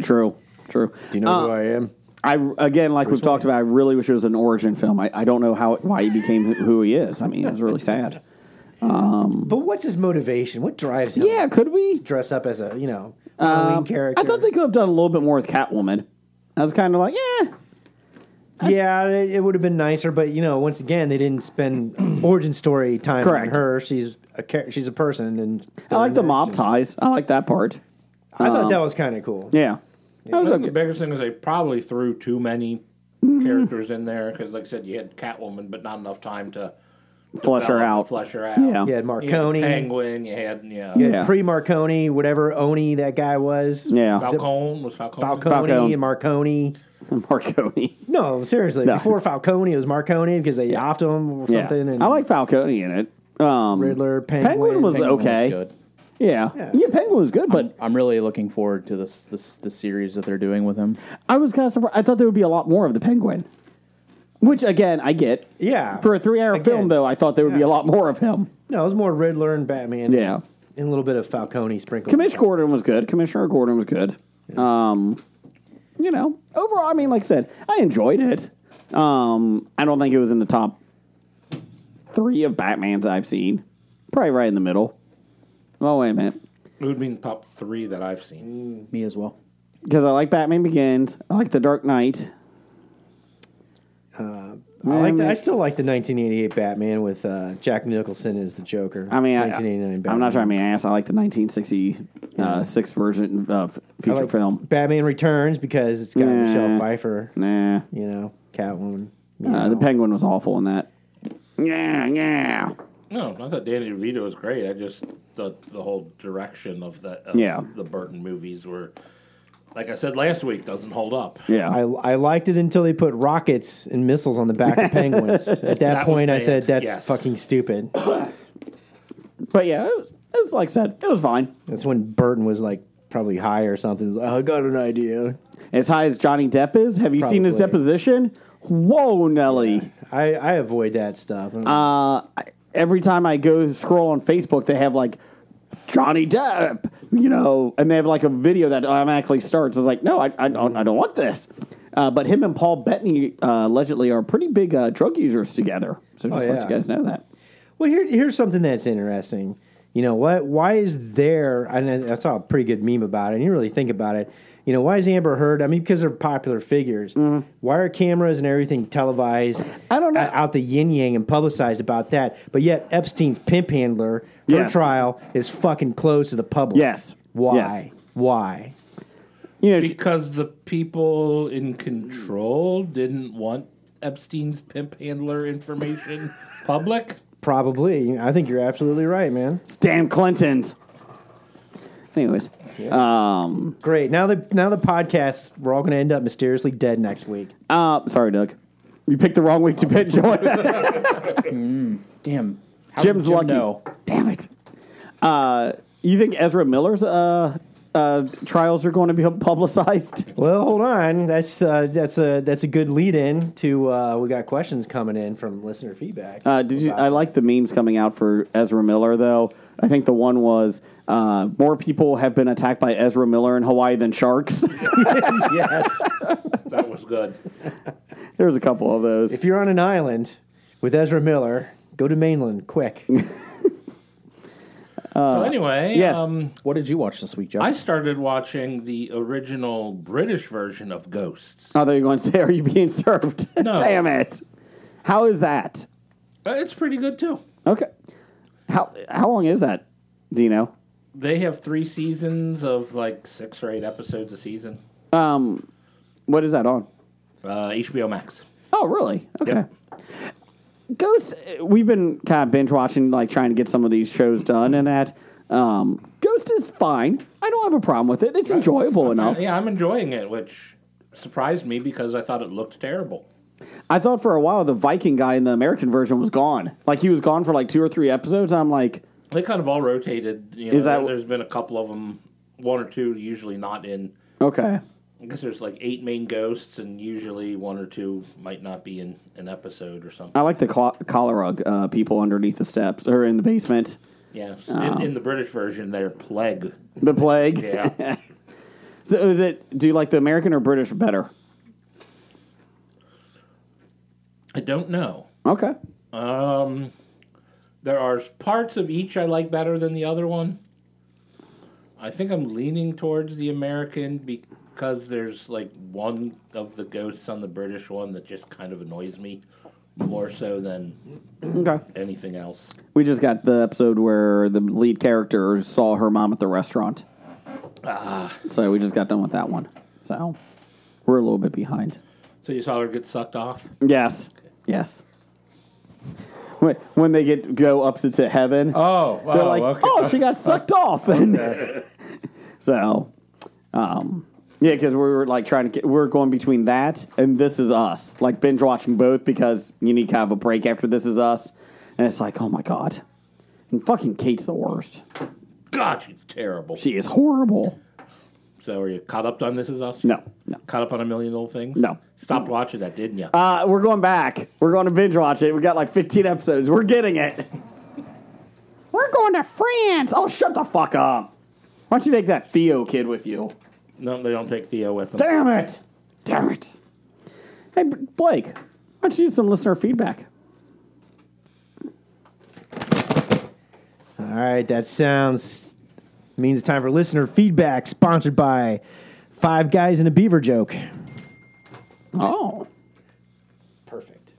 true. True. Uh, Do you know who I am? I again, like we've talked about, I really wish it was an origin film. I, I don't know how why he became who- who he is. I mean, it was really sad. But what's his motivation? What drives him? Yeah, could we? dress up as a you know Um, Halloween character. I thought they could have done a little bit more with Catwoman. I was kind of like, yeah, yeah, it, it would have been nicer, but you know, once again, they didn't spend origin story time Correct. on her. She's a char- she's a person, and I like the mob time. ties. I like that part. I thought that was kind of cool. Yeah, that was Mm-hmm. I think okay. the biggest thing is they probably threw too many characters in there because, like I said, you had Catwoman, but not enough time to Flesh her develop and out. Flesh her out. Yeah. You had You had Marconi, Penguin. You had yeah. you had Yeah. pre Marconi, whatever Oni that guy was. Yeah. Falcone was Falcone. Falcone, Falcone. and Marconi. Marconi. No, seriously. No. Before Falcone, it was Marconi because they offed him or Yeah. something. And I like Falcone in it. Um, Riddler, Penguin. Penguin was Penguin was okay. good. Yeah. yeah, Yeah. Penguin was good, but I'm really looking forward to this this the series that they're doing with him. I was kind of surprised. I thought there would be a lot more of the Penguin, which again I get. Yeah. For a three-hour Again. film, though, I thought there would be a Yeah. lot more of him. No, it was more Riddler and Batman. Yeah. And a little bit of Falcone sprinkled. Commissioner Gordon was good. Commissioner Gordon was good. Um, you know, overall, I mean, like I said, I enjoyed it. Um, I don't think it was in the top three of Batman's I've seen. Probably right in the middle. Oh wait a minute. It would be in the top three that I've seen. Me as well. Because I like Batman Begins. I like The Dark Knight. I, like the, I still like the 1988 Batman with uh, Jack Nicholson as the Joker. I mean, I, 1989 I'm not trying to be an ass. I like the 1966 version of I feature like film. Batman Returns because it's got Nah. Michelle Pfeiffer, Nah, you know, Catwoman. you Uh, the know. Penguin was awful in that. Yeah, yeah. No, I thought Danny DeVito was great. I just thought the whole direction of the of Yeah. the Burton movies were, like I said last week, doesn't hold up. Yeah. I, I liked it until they put rockets and missiles on the back of penguins. At that, That was point, I bad, said, that's yes. fucking stupid. but yeah, it was, it was like I said, it was fine. That's when Burton was like probably high or something. Like, I got an idea. As high as Johnny Depp is, have you seen his Probably. deposition? Whoa, Nelly. I, I avoid that stuff. I'm- Uh, I- every time I go scroll on Facebook, they have like Johnny Depp, you know, and they have like a video that automatically starts. It's like, no, I, I don't, I don't want this. Uh, but him and Paul Bettany uh, allegedly are pretty big uh, drug users together. So just Oh, let yeah. you guys know that. Well, here, here's something that's interesting. You know what? Why is there? And I, I saw a pretty good meme about it. And you really think about it. You know, why is Amber Heard? I mean, because they're popular figures. Why are cameras and everything televised? Mm-hmm. I don't know. o- Out the yin yang and publicized about that. But yet Epstein's pimp handler, her Yes. trial is fucking closed to the public. Yes. Why? Yes. Why? You know, she- Because the people in control didn't want Epstein's pimp handler information public. Probably. I think you're absolutely right, man. it's damn Clintons. Anyways, um, Great. Now the now the podcasts we're all going to end up mysteriously dead next week. uh, sorry, Doug. You picked the wrong week to pick Joy. Damn. How did Jim's Jim lucky. know? Damn it. Uh, you think Ezra Miller's uh, uh, trials are going to be publicized? Well, hold on. That's uh, that's a that's a good lead in to uh, we got questions coming in from listener feedback. Uh, did you? I like the memes coming out for Ezra Miller though. I think the one was uh, more people have been attacked by Ezra Miller in Hawaii than sharks. yes. That was good. There's a couple of those. if you're on an island with Ezra Miller, go to mainland quick. so anyway, Uh, yes. um, What did you watch this week, Joe? I started watching the original British version of Ghosts. Now they're going to say, "Are you being served?" No. Damn it! How is that? Uh, It's pretty good too. Okay. How how long is that? Do you know? They have three seasons of like six or eight episodes a season. Um, what is that on? Uh, HBO Max. Oh, really? Okay. Ghost, uh, we've been kind of binge watching, like trying to get some of these shows done, and that um, Ghost is fine. I don't have a problem with it. It's enjoyable enough. Yeah, I'm enjoying it, which surprised me because I thought it looked terrible. I thought for a while the Viking guy in the American version was gone. Like he was gone for like two or three episodes. I'm like, They kind of all rotated. You know, Is that- there's been a couple of them, one or two, usually not in. okay, I guess there's like eight main ghosts, and usually one or two might not be in an episode or something. I like the cl- cholera uh, people underneath the steps or in the basement. yeah, Oh. in, in the British version, they're plague. The plague. Yeah, So is it? Do you like the American or British better? I don't know. Okay. Um, there are parts of each I like better than the other one. I think I'm leaning towards the American because there's like one of the ghosts on the British one that just kind of annoys me more so than Okay. anything else. We just got the episode where the lead character saw her mom at the restaurant. So we just got done with that one. So we're a little bit behind. So you saw her get sucked off? Yes. Yes. When, when they get go up to, to heaven, Oh, they're oh, like, okay. "Oh, she got sucked off." And so, um, yeah, because we were like trying to get, we're going between that and This Is Us, like binge watching both because you need kind of a break after This Is Us, and it's like, oh my god, and fucking Kate's the worst. God, she's terrible. She is horrible. so are you caught up on This Is Us? No, no. Caught up on a million little things? No. Stopped watching that, didn't you? Uh, we're going back. We're going to binge watch it. We got like 15 episodes. We're getting it. We're going to France. Oh, shut the fuck up. Why don't you take that Theo kid with you? no, they don't take Theo with them. Damn it. Damn it. Hey, B- Blake, why don't you do some listener feedback? All right, that sounds means it's time for listener feedback, sponsored by Five Guys and a Beaver Joke. Oh. Perfect.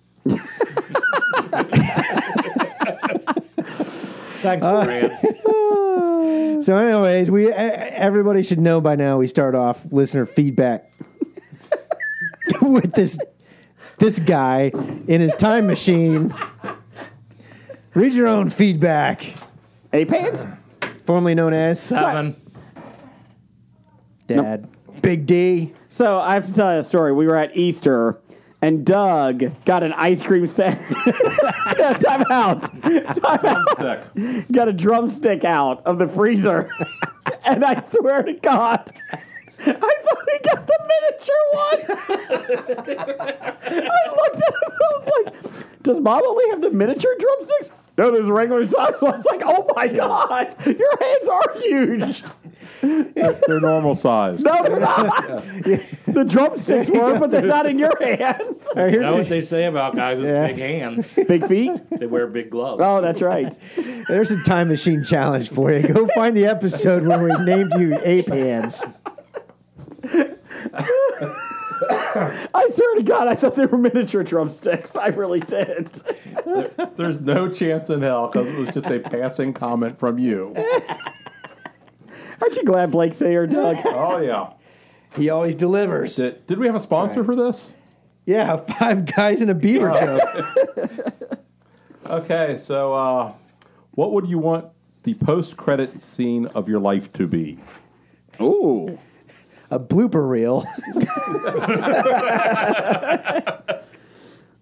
Thanks, Uh, Brad. So, anyways, we e- everybody should know by now. We start off listener feedback with this this guy in his time machine Read your own feedback, Hey, pants. formerly known as Seven. Dad. Big D. So I have to tell you a story. We were at Easter, and Doug got an ice cream set. no, time out. Time out. Sick. Got a drumstick out of the freezer, and I swear to God. I thought he got the miniature one. I looked at him and I was like, does mom only have the miniature drumsticks? No, there's a regular size one. I was like, oh my God, your hands are huge. They're normal size. No, they're not. The drumsticks were, but they're not in your hands. All right, here's That's what his, they say about guys with Yeah. big hands. Big feet? They wear big gloves. Oh, that's right. there's a time machine challenge for you. Go find the episode where we named you ape hands. I swear to God, I thought they were miniature drumsticks. I really did. There's no chance in hell because it was just a passing comment from you. Aren't you glad Blake's here, Doug? Oh yeah. He always delivers. Did, did we have a sponsor for this? Yeah, five guys in a beaver joke. Okay, so uh, what would you want the post-credit scene of your life to be? Oh. Ooh. A blooper reel.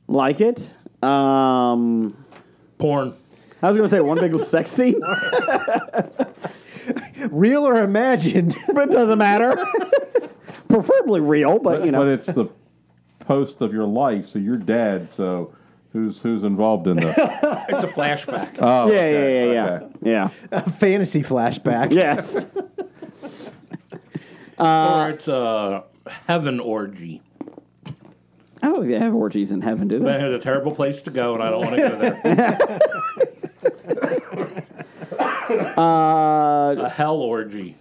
Like it? Um, Porn. I was going to say one big sex scene, Real or imagined? but it doesn't matter. Preferably real, but you But know. it's the post of your life, so you're dead. So who's who's involved in this? It's a flashback. Oh, Yeah, okay, yeah, yeah, yeah. okay. Yeah. A fantasy flashback. Yes. or it's a heaven orgy. I don't think they have orgies in heaven, do That they? is a terrible place to go, and I don't want to go there. Uh, a hell orgy.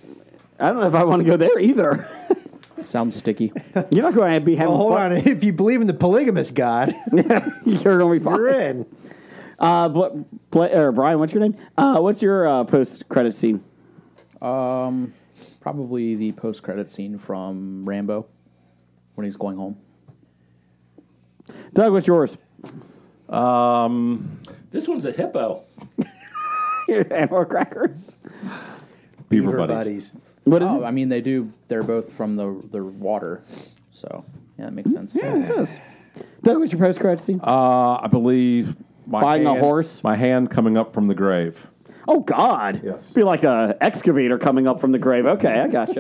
I don't know if I want to go there either. Sounds sticky. You're not going to be having Well, Oh, hold fun. on. If you believe in the polygamous god, You're going to be fine. you're in. Uh, Bla- Bla- or Brian, what's your name? Uh, what's your uh, post-credit scene? Um, probably the post-credit scene from Rambo when he's going home. Doug, what's yours? Um, This one's a hippo. Animal crackers. Beaver, Beaver buddies. buddies. What is Oh, it? I mean they do. They're both from the the water, so yeah, that makes sense. Yeah, it does. Doug, what's your post-credit scene? Uh, I believe my Buying a hand- horse? My hand coming up from the grave. oh God! Yes. Be like a excavator coming up from the grave. Okay, I gotcha.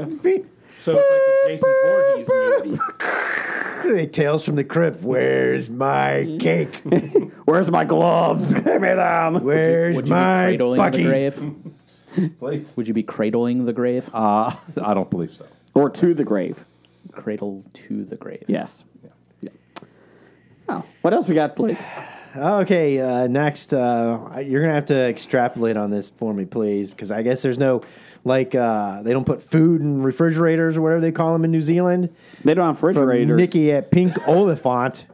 So it's like a Jason Voorhees movie. They tales from the crypt. Where's my cake? Where's my gloves? Give me them. Where's Would you my be cradling the buckies? grave? Please. Would you be cradling the grave? Uh, I don't believe so. Or to the grave. Cradle to the grave. Yes. Oh, what else we got, Blake? Okay, uh, next, uh, you're gonna have to extrapolate on this for me, please, because I guess there's no, like, uh, they don't put food in refrigerators or whatever they call them in New Zealand. They don't have refrigerators. Nikki at Pink Oliphant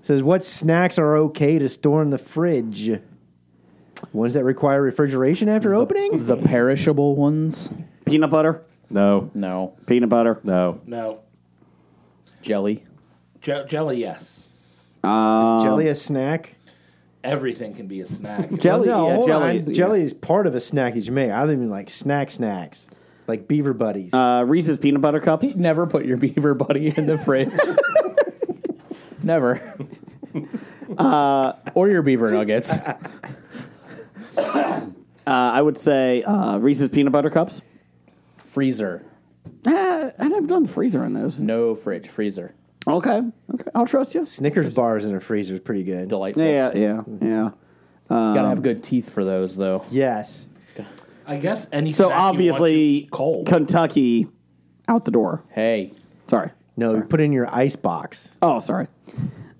says, "What snacks are okay to store in the fridge? Ones that require refrigeration after opening? The perishable ones? Peanut butter. No, No. Peanut butter. no. No. Jelly. Je- jelly, yes. Is jelly a snack? Everything can be a snack. Jelly. Well, yeah, hold jelly. on. Jelly is part of a snack that you make. I don't mean like snack snacks, like Beaver Buddies. Uh, Reese's peanut butter cups. Never put your beaver buddy in the fridge. Never. or your beaver nuggets. Uh, I would say uh, Reese's peanut butter cups. freezer. Uh, I haven't done the freezer on those. No fridge. Freezer. Okay. Okay. I'll trust you. Snickers bars in a freezer is pretty good. Delightful. Yeah, um, yeah, yeah. Gotta have good teeth for those, though. Yes, I guess any So snack you want to obviously, eat cold. Kentucky out the door. Hey, Sorry. no, you put it in your ice box. Oh, sorry.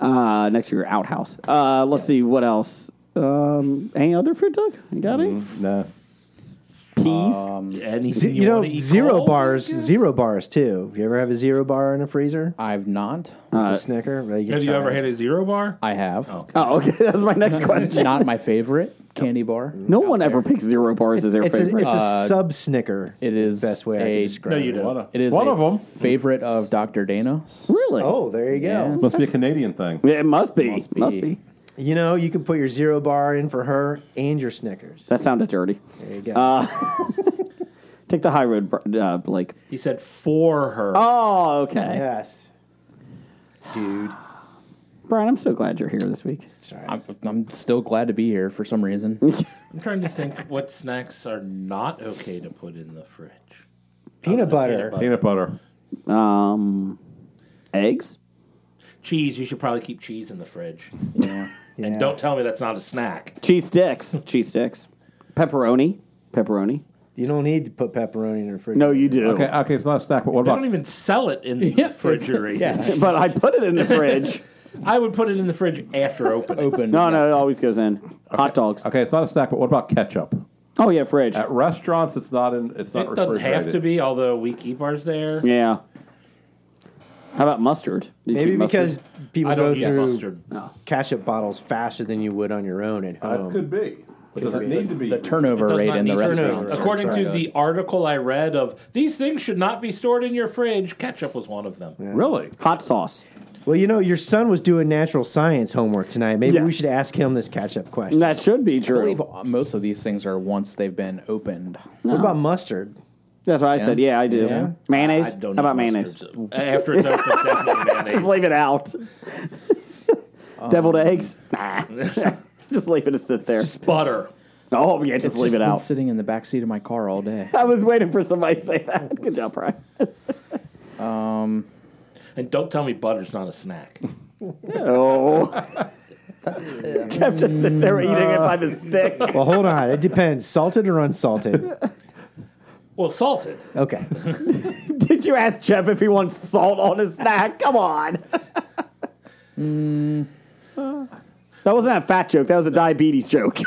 Uh, next to your outhouse. Uh, let's see what else. Um, any other food, Doug? You got any? Mm-hmm. No. Peas. Anything Z- you, you know, want to eat zero cold? bars, zero bars too. You ever have a zero bar in a freezer? I've not. a Snicker. Well, can Have you try ever it. had a zero bar? I have. Okay. oh, okay. That's my next question. Not my favorite candy bar. no one ever picks zero bars as their It's a, favorite. it's a sub Snicker. It is is the best way I a- can describe No, you it. don't. One of, It is one a of them. Favorite of Dr. Dana. really? Oh, there you go. Yes. Must be a Canadian thing. Yeah, it must be. Must Must be. be. You know, you can put your zero bar in for her and your Snickers. That sounded dirty. There you go. Take the high road, Br- uh, Blake. He said for her. Oh, okay. yes. Dude. Brian, I'm so glad you're here this week. Sorry. I'm, I'm still glad to be here for some reason. I'm trying to think what snacks are not okay to put in the fridge. peanut butter. Peanut butter. Um, eggs? Cheese. You should probably keep cheese in the fridge. yeah. And don't tell me that's not a snack. Cheese sticks. Cheese sticks. Pepperoni. Pepperoni. You don't need to put pepperoni in your refrigerator. No, you do. Okay, okay, it's not a snack, but what They don't about even sell it in the refrigerator. Yeah. But I put it in the fridge. I would put it in the fridge after opening. Open. No, no, yes. it always goes in. Hot dogs. okay? It's not a snack, but what about ketchup? Oh, yeah, fridge. At restaurants, it's not in. It's not It doesn't have to refrigerated. be, although we keep ours there. Yeah. How about mustard? Do you Maybe keep mustard? because people I don't go use through mustard. ketchup bottles faster than you would on your own at That home. could be. Um, But does it need to be? The turnover Does rate not in the need to- restaurants. According Sorry. to the article I read of these things should not be stored in your fridge, ketchup was one of them. really? Hot sauce. Well, you know, your son was doing natural science homework tonight. Maybe Yes. we should ask him this ketchup question. That should be I true. believe most of these things are once they've been opened. What about mustard? That's what I said. Yeah, I do. Yeah. Mayonnaise? I How don't about eat mayonnaise? mustard, so- After it's open, definitely Just mayonnaise. leave it out. Deviled eggs? Nah. just leave it to sit there. Butter. oh, yeah, just It's leave just it been out. sitting in the back seat of my car all day. I was waiting for somebody to say that. Good job, Brian. And don't tell me butter's not a snack. Oh. Jeff just sits there eating it by the stick. Well, hold on. It depends. Salted or unsalted? Well, salted. Okay. Did you ask Jeff if he wants salt on his snack? Come on. Mm. That wasn't a fat joke. That was a diabetes joke.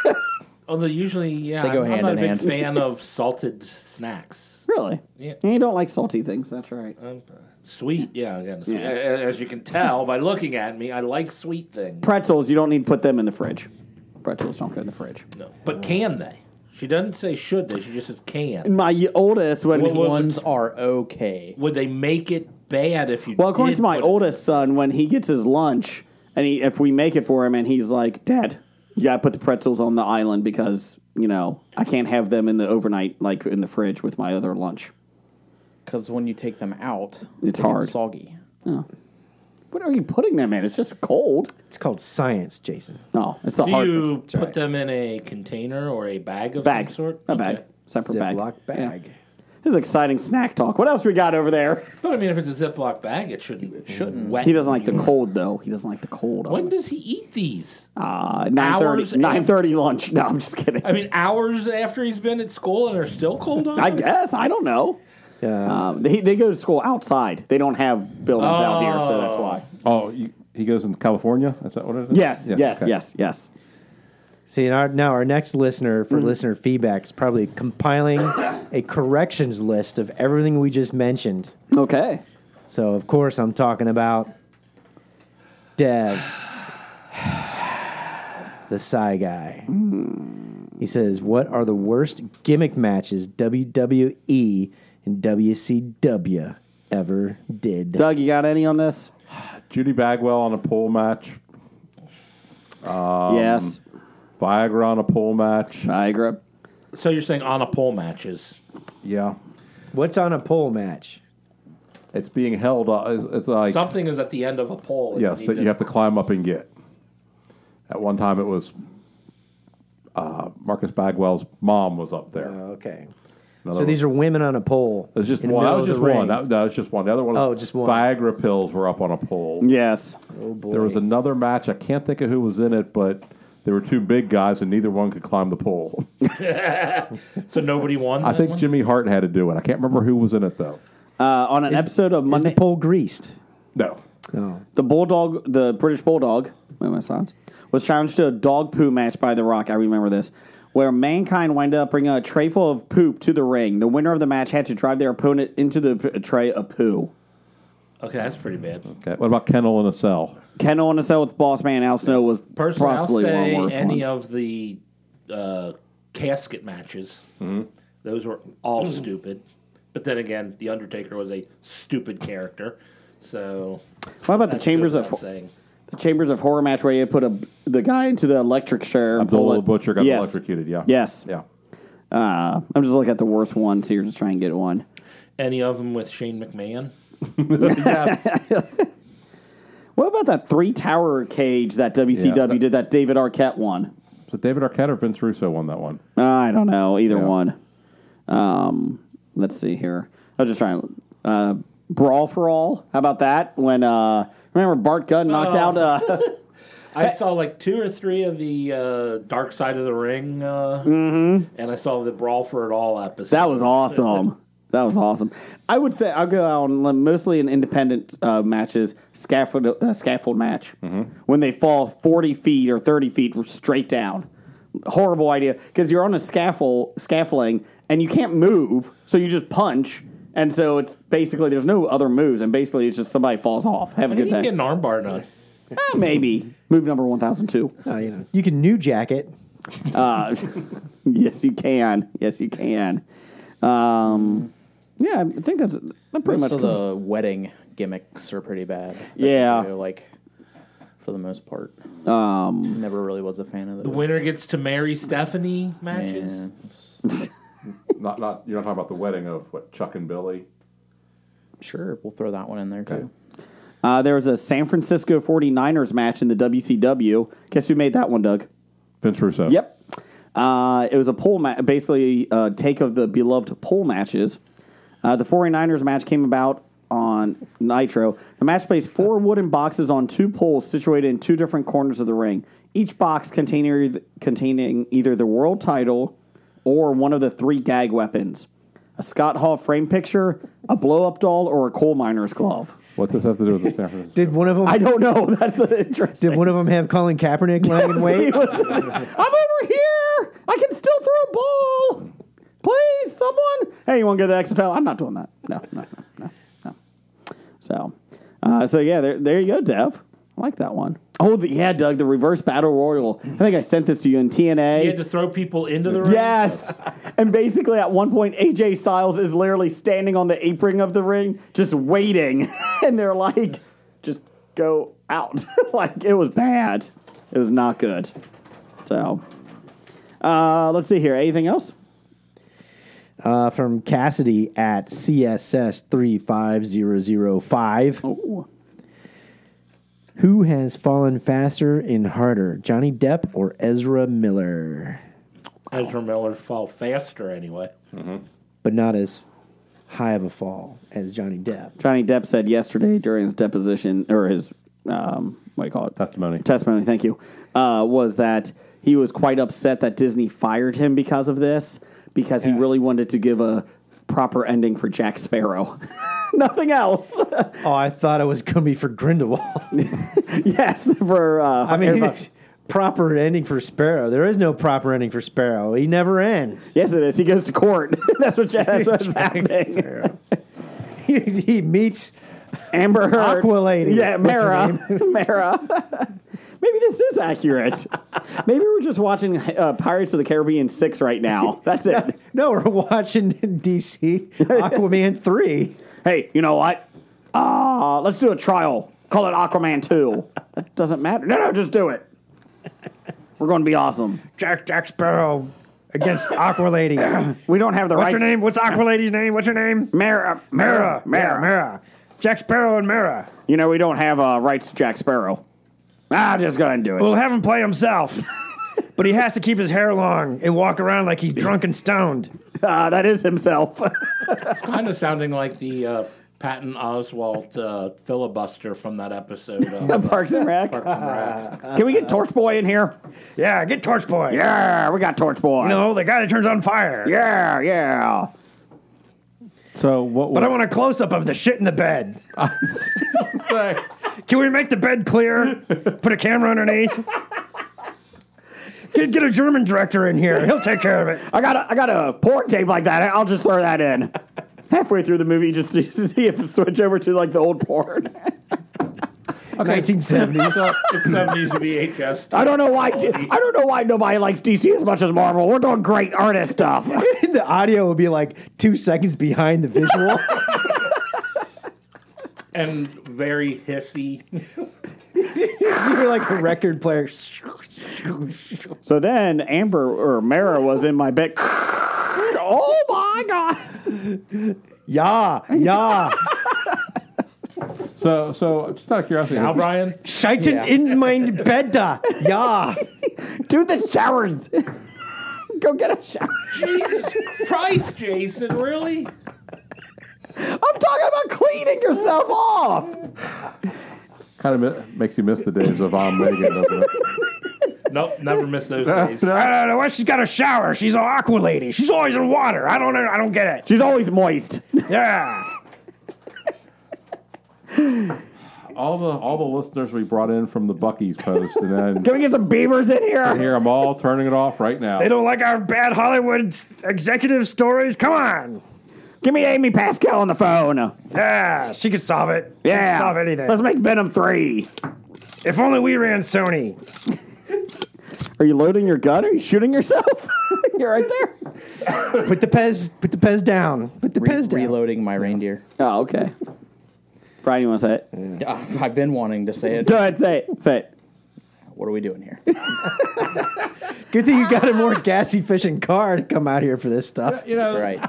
Although usually, yeah, They go I'm, hand I'm in not a big hand. fan of salted snacks. really? Yeah. You don't like salty things. That's right. Um, sweet, yeah, again, sweet. Yeah. A- a- As you can tell by looking at me, I like sweet things. Pretzels, you don't need to put them in the fridge. Pretzels don't go in the fridge. No. But can they? She doesn't say should they. She just says can. My oldest, when Well, he- well- Ones are okay. Would they make it bad if you? well, according did to my put- oldest son, when he gets his lunch, and he, if we make it for him, and he's like, "Dad, you gotta put the pretzels on the island because you know I can't have them in the overnight, like in the fridge with my other lunch." Because when you take them out, It's they get hard. soggy. What are you putting them in? It's just cold. It's called science, Jason. No, it's the do hard you it's put them in a container or a bag of bag, some sort? a Okay. bag, separate bag. Ziploc bag. This is exciting snack talk. What else we got over there? But I mean, if it's a Ziploc bag, it shouldn't shouldn't wet. He doesn't like the you. cold though. He doesn't like the cold. When does he eat these? uh, nine thirty. Hours Nine after- thirty lunch. No, I'm just kidding. I mean, hours after he's been at school and are still cold on. I him? guess I don't know. Yeah. Um, they, they go to school outside. They don't have buildings out here, so that's why. Oh, you, he goes in California. Is that what it is? Yes, Yeah, yes, okay. yes, yes. See, and our, now our next listener Hmm. for listener feedback is probably compiling a corrections list of everything we just mentioned. Okay. So, of course, I'm talking about Dev, the Psy guy. Hmm. He says, What are the worst gimmick matches WWE and WCW ever did? Doug, you got any on this? Judy Bagwell on a pole match. yes. Viagra on a pole match. Niagara. So you're saying on a pole matches? Yeah, What's on a pole match? it's being held. Uh, it's, it's like Something is at the end of a pole. and yes, need that you have to climb up and get. At one time, it was uh, Marcus Bagwell's mom was up there. Oh, Okay. Another So these are women on a pole. It was just in the one. That middle was of just the one. ring. That, that was just one. The other one. Oh, just one. Viagra pills were up on a pole. Yes. Oh, boy. There was another match. I can't think of who was in it, but there were two big guys, and neither one could climb the pole. So nobody won. I that think one? Jimmy Hart had to do it. I can't remember who was in it though. Uh, on an episode of Is the Monday, pole greased? No, No. the Bulldog, the British Bulldog, wait, my silence, was challenged to a dog poo match by The Rock. I remember this. Where mankind wound up bringing a tray full of poop to the ring. The winner of the match had to drive their opponent into the p- tray of poo. Okay, that's pretty bad. Okay. What about Kennel in a Cell? Ken on a cell with Boss Man Al Snow was Personally, I'll possibly one of say the worst any ones. of the uh, casket matches. Mm-hmm. Those were all stupid. But then again, the Undertaker was a stupid character. So what about the that's Chambers good of without saying. the Chambers of Horror match where you put a, the guy into the electric chair. and Abdullah pull the it. Butcher got Yes. electrocuted. Yeah. Yes. Yeah. Uh, I'm just looking at the worst ones here, just trying to get one. Any of them with Shane McMahon? Yes. What about that three tower cage that WCW Yeah. did that David Arquette one? so David Arquette or Vince Russo won that one. Uh, I don't know either Yeah. one. Um, let's see here. I was just trying. Uh, Brawl for all. How about that? When uh, remember Bart Gunn knocked Oh. out. Uh, I saw like two or three of the uh, Dark Side of the Ring, uh, and I saw the Brawl for It All episode. Mm-hmm. that was awesome. that was awesome. I would say I'll go out on mostly in independent uh, matches, scaffold uh, scaffold match when they fall forty feet or thirty feet straight down. Horrible idea because you're on a scaffold scaffolding and you can't move, so you just punch. And so it's basically there's no other moves, and basically it's just somebody falls off. Have a I didn't good even day. get an armbar done. Eh, maybe move number one thousand two. Uh, you know, you can new jacket. Uh, yes, you can. Yes, you can. Um, yeah, I think that's that pretty Most much. of covers- the wedding gimmicks are pretty bad. That Yeah. they do, like for the most part. Um, never really was a fan of The winner gets to marry Stephanie matches. Yeah. Not not you're not talking about the wedding of what Chuck and Billy. Sure, we'll throw that one in there too. uh, there was a San Francisco 49ers match in the WCW. Guess who made that one, Doug? Vince Russo. Yep. Uh, it was a poll match, basically uh, take of the beloved poll matches. Uh, the 49ers match came about on Nitro. The match placed four wooden boxes on two poles situated in two different corners of the ring. Each box containing containing either the world title or one of the three gag weapons: a Scott Hall frame picture, a blow up doll, or a coal miner's glove. What does this have to do with the San Francisco? Did one of them? I don't know. That's the interesting. did one of them have Colin Kaepernick lying in wait? He was- I'm over here. I can still throw a ball. Please, someone. Hey, you want to go to the XFL? I'm not doing that. No, no, no, no, no. So, uh, so yeah, there, there you go, Dev. I like that one. Oh, the, yeah, Doug, the reverse battle royal. I think I sent this to you in TNA. You had to throw people into the ring. Yes. and basically, at one point, AJ Styles is literally standing on the apron of the ring, just waiting. and they're like, just go out. like, it was bad. It was not good. So, uh, let's see here. Anything else? Uh, from Cassidy at CSS three five zero zero five. Ooh. Who has fallen faster and harder, Johnny Depp or Ezra Miller? Ezra Miller fall faster anyway. But not as high of a fall as Johnny Depp. Johnny Depp said yesterday during his deposition or his, um, what do you call it? testimony? testimony, thank you, uh, was that he was quite upset that Disney fired him because of this, because he really wanted to give a proper ending for Jack Sparrow. Nothing else. Oh, I thought it was going to be for Grindelwald. yes, for uh, I mean, everybody. proper ending for Sparrow. There is no proper ending for Sparrow. He never ends. yes, it is. He goes to court. that's what Jack, that's what's Jack happening. Sparrow. he, he meets. Amber Heard, Aqua Lady. yeah, What's her Mara, Mara. Maybe this is accurate. Maybe we're just watching uh, Pirates of the Caribbean six right now. That's it. No, we're watching in DC Aquaman 3. hey, you know what? Uh, let's do a trial. Call it Aquaman 2. That doesn't matter. No, no, just do it. We're going to be awesome. Jack Jack Sparrow against Aqua Lady. We don't have the What's rights. her name? What's Aqua Lady's name? What's her name? Mara. uh, Mara. Mara, Mara, Mara. Mara. Jack Sparrow and Mara. You know, we don't have uh, rights to Jack Sparrow. Ah, just go ahead and do it. We'll have him play himself. but he has to keep his hair long and walk around like he's drunk and stoned. Uh, that is himself. It's kind of sounding like the uh, Patton Oswalt uh, filibuster from that episode. Of, uh, Parks and Rec. Can we get Torch Boy in here? Yeah, get Torch Boy. Yeah, we got Torch Boy. You know, the guy that turns on fire. Yeah, yeah. So what? But I want a close up of the shit in the bed. say. Can we make the bed clear? Put a camera underneath? Get, get a German director in here. He'll take care of it. I got a, I got a port tape like that. I'll just throw that in. Halfway through the movie, just to see if it switch over to like the old porn. 1970s. it's 70s VHS. I don't know why. I don't know why nobody likes DC as much as Marvel. We're doing great artist stuff. the audio will be like two seconds behind the visual. and very hissy. You're like a record player. So then Amber or Mara was in my bed. oh my god! Yeah, yeah. So, so just out of curiosity, Now, Brian, Shaitan in mein Bett. da. Yeah. Do the showers. Go get a shower. Jesus Christ, Jason, really? I'm talking about cleaning yourself off. kind of mi- makes you miss the days of I'm Megan, doesn't it? Nope, never miss those days. I don't know why she's got a shower. She's an aqua lady. She's always in water. I don't know. I don't get She's always moist. it. Yeah. All the all the listeners we brought in from the Bucky's post, and then Can we get some beavers in here? here I'm all turning it off right now. They don't like our bad Hollywood s- executive stories. Come on. Give me Amy Pascal on the phone. Yeah, she could solve it. She Yeah. could solve anything. Let's make Venom 3. if only we ran Sony. Are you loading your gun? Are you shooting yourself? You're right there. Put the Pez, put the Pez down. Put the Re- Pez down. reloading my reindeer. Oh, okay. Brian, you want to say it? Ah, I've been wanting to say it. Go ahead, say it. Say it. What are we doing here? Good thing you got a more gas efficient car to come out here for this stuff. you know, right.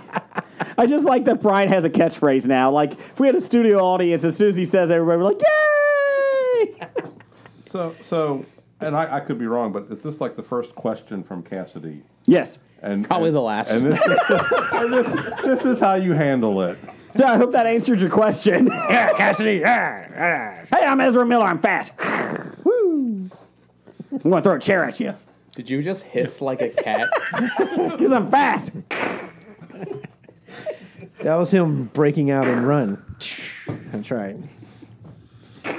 I just like that Brian has a catchphrase now. Like, if we had a studio audience, as soon as he says it, everybody would be like, yay! so so, and I, I could be wrong, but is this like the first question from Cassidy? yes. And Probably and- the last. And this is, and this, this is how you handle it. So I hope that answered your question. hey, Yeah, Cassidy. Yeah, yeah. I'm Ezra Miller. I'm fast. Woo. I'm going to throw a chair at you Did you just hiss like a cat? because I'm fast. That was him breaking out and run. That's right. All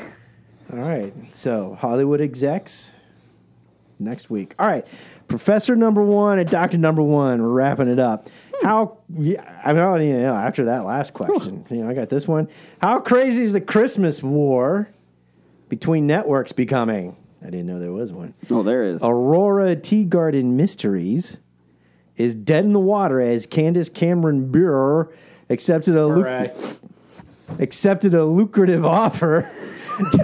right. So Hollywood execs next week. All right. Professor number one and Doctor number one. We're wrapping it up. How? Yeah, I mean, I don't even know. After that last question, you know, I got this one. How crazy is the Christmas war between networks becoming? I didn't know there was one. Oh, there is. Aurora Tea Garden Mysteries is dead in the water as Candace Cameron Bure accepted a lu- Right. accepted a lucrative offer to,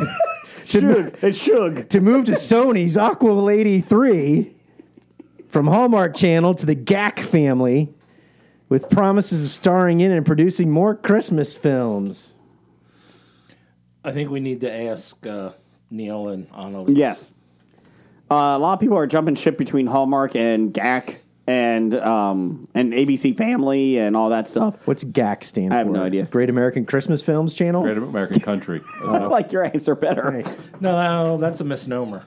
mo- It's Shug. to move to Sony's Aqua Lady 3 from Hallmark Channel to the Gack family with promises of starring in and producing more Christmas films. I think we need to ask uh, Neil and Anna. Yes. Uh, a lot of people are jumping ship between Hallmark and GAC and um, and ABC Family and all that stuff. What's Gack stand for? I have no idea. Great American Christmas Films Channel? Great American country. I like your answer better. No, that's a misnomer.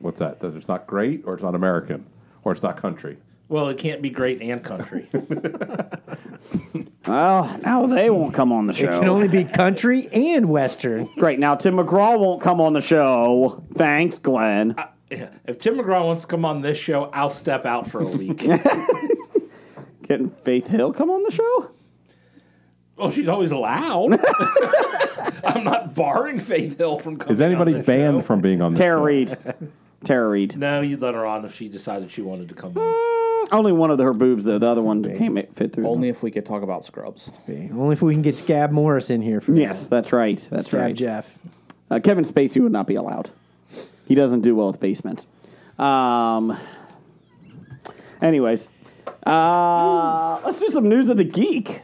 What's that? That it's not great, or it's not American, or it's not country. Well, it can't be great and country. Well, now they won't come on the It can show. only be country and western. Great. Now Tim McGraw won't come on the show. Thanks, Glenn. Uh, if Tim McGraw wants to come on this show, I'll step out for a week. Getting Faith Hill come on the show? well, Oh, she's always allowed. I'm not barring Faith Hill from coming. Is anybody on this banned show. from being on this? Tara show? Reid. Tara Reid. No, you'd let her on if she decided she wanted to come on. Only one of her boobs though. The other one can't ma- fit through. Only if we could talk about scrubs. Only if we can get Scab Morris in here for Yes, that's right. That's Scab right. Jeff. Uh, Kevin Spacey would not be allowed. He doesn't do well with basements. Um. Anyways, uh, let's do some news of the geek.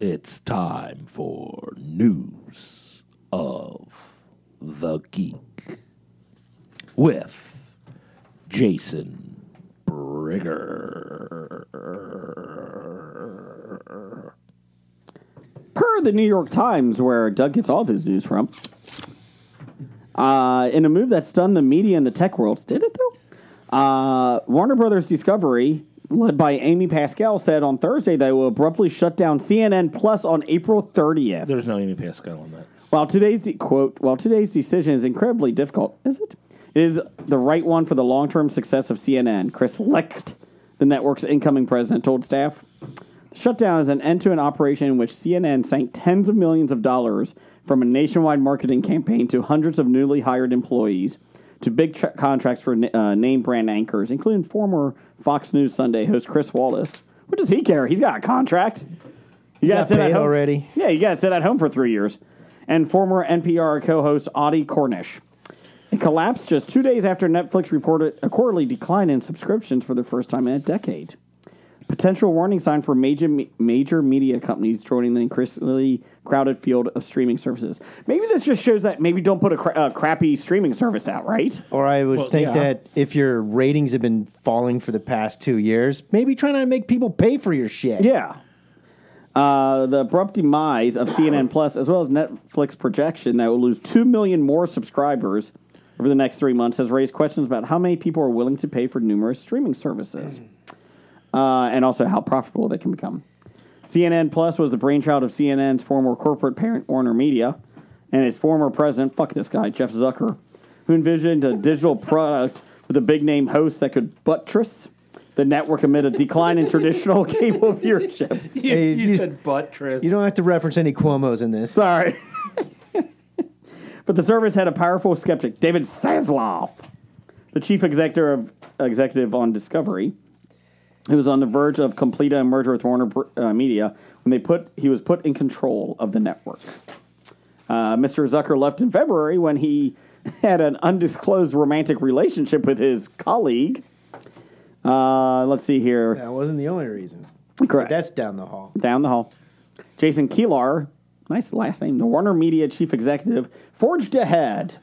It's time for news of the geek with Jason Brigger. per the New York Times, where Doug gets all of his news from, uh, in a move that stunned the media and the tech worlds, did it though? Uh, Warner Brothers Discovery, led by Amy Pascal, said on Thursday they will abruptly shut down CNN Plus on April 30th. There's no Amy Pascal on that. While today's de- quote, while today's decision is incredibly difficult, is it? It is the right one for the long-term success of CNN. Chris Licht, the network's incoming president, told staff. The shutdown is an end-to-end operation in which CNN sank tens of millions of dollars from a nationwide marketing campaign to hundreds of newly hired employees to big tra- contracts for na- uh, name brand anchors, including former Fox News Sunday host Chris Wallace. What does he care? He's got a contract. You got sit at paid home- already. yeah, you got to sit at home for three years. and former NPR co host Audie Cornish. It collapsed just two days after Netflix reported a quarterly decline in subscriptions for the first time in a decade. Potential warning sign for major me- major media companies joining the increasingly crowded field of streaming services. Maybe this just shows that maybe don't put a cra- uh, crappy streaming service out, right? Or I would Well, think yeah. that if your ratings have been falling for the past two years, maybe trying to make people pay for your shit. Yeah. Uh, the abrupt demise of CNN Plus, as well as Netflix projection that will lose 2 million more subscribers over the next three months, has raised questions about how many people are willing to pay for numerous streaming services uh, and also how profitable they can become. CNN Plus was the brainchild of CNN's former corporate parent, Warner Media, and its former president, fuck this guy, Jeff Zucker, who envisioned a digital product with a big name host that could buttress the network amid a decline in traditional cable viewership. You, Hey, you you- said buttress. You don't have to reference any Cuomo's in this. Sorry. but the service had a powerful skeptic, David Sasloff, the chief executor of, executive on Discovery, who was on the verge of completing a merger with Warner Br- uh, Media when they put he was put in control of the network. Uh, Mr. Zucker left in February when he had an undisclosed romantic relationship with his colleague. Uh, let's see here. That wasn't the only reason. Correct That's down the hall. down the hall. Jason Keelar, nice last name, the Warner Media chief executive, forged ahead,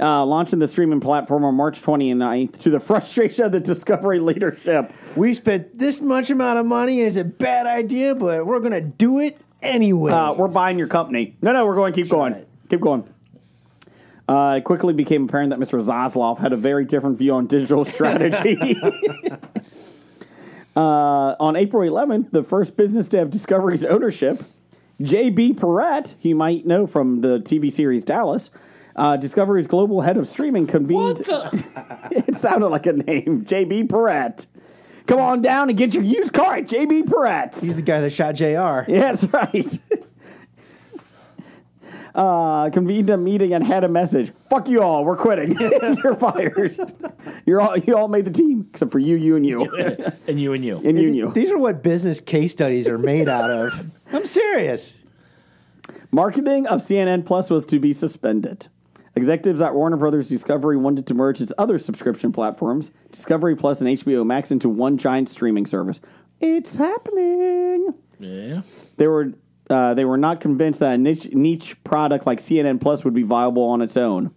uh, launching the streaming platform on March 29th to the frustration of the Discovery leadership. We spent this much amount of money and it's a bad idea, but we're going to do it anyway. Uh, we're buying your company. No, no, we're going. Keep going. right. Keep going. Uh, it quickly became apparent that Mr. Zasloff had a very different view on digital strategy. uh, on April 11th, the first business to have Discovery's ownership, J.B. Perrette, who you might know from the TV series Dallas, uh, Discovery's global head of streaming convened. What the? it sounded like a name, J.B. Perrette. Come on down and get your used car at J.B. Perrette's. He's the guy that shot JR. Yeah, That's right. uh, convened a meeting and had a message. Fuck you all. We're quitting. You're fired. You're all you all made the team except for you, you, and you, and you and you. and you, and you. These are what business case studies are made out of. I'm serious. Marketing of CNN Plus was to be suspended. Executives at Warner Brothers Discovery wanted to merge its other subscription platforms, Discovery Plus and HBO Max, into one giant streaming service. It's happening. yeah. they were uh, they were not convinced that a niche, niche product like CNN Plus would be viable on its own.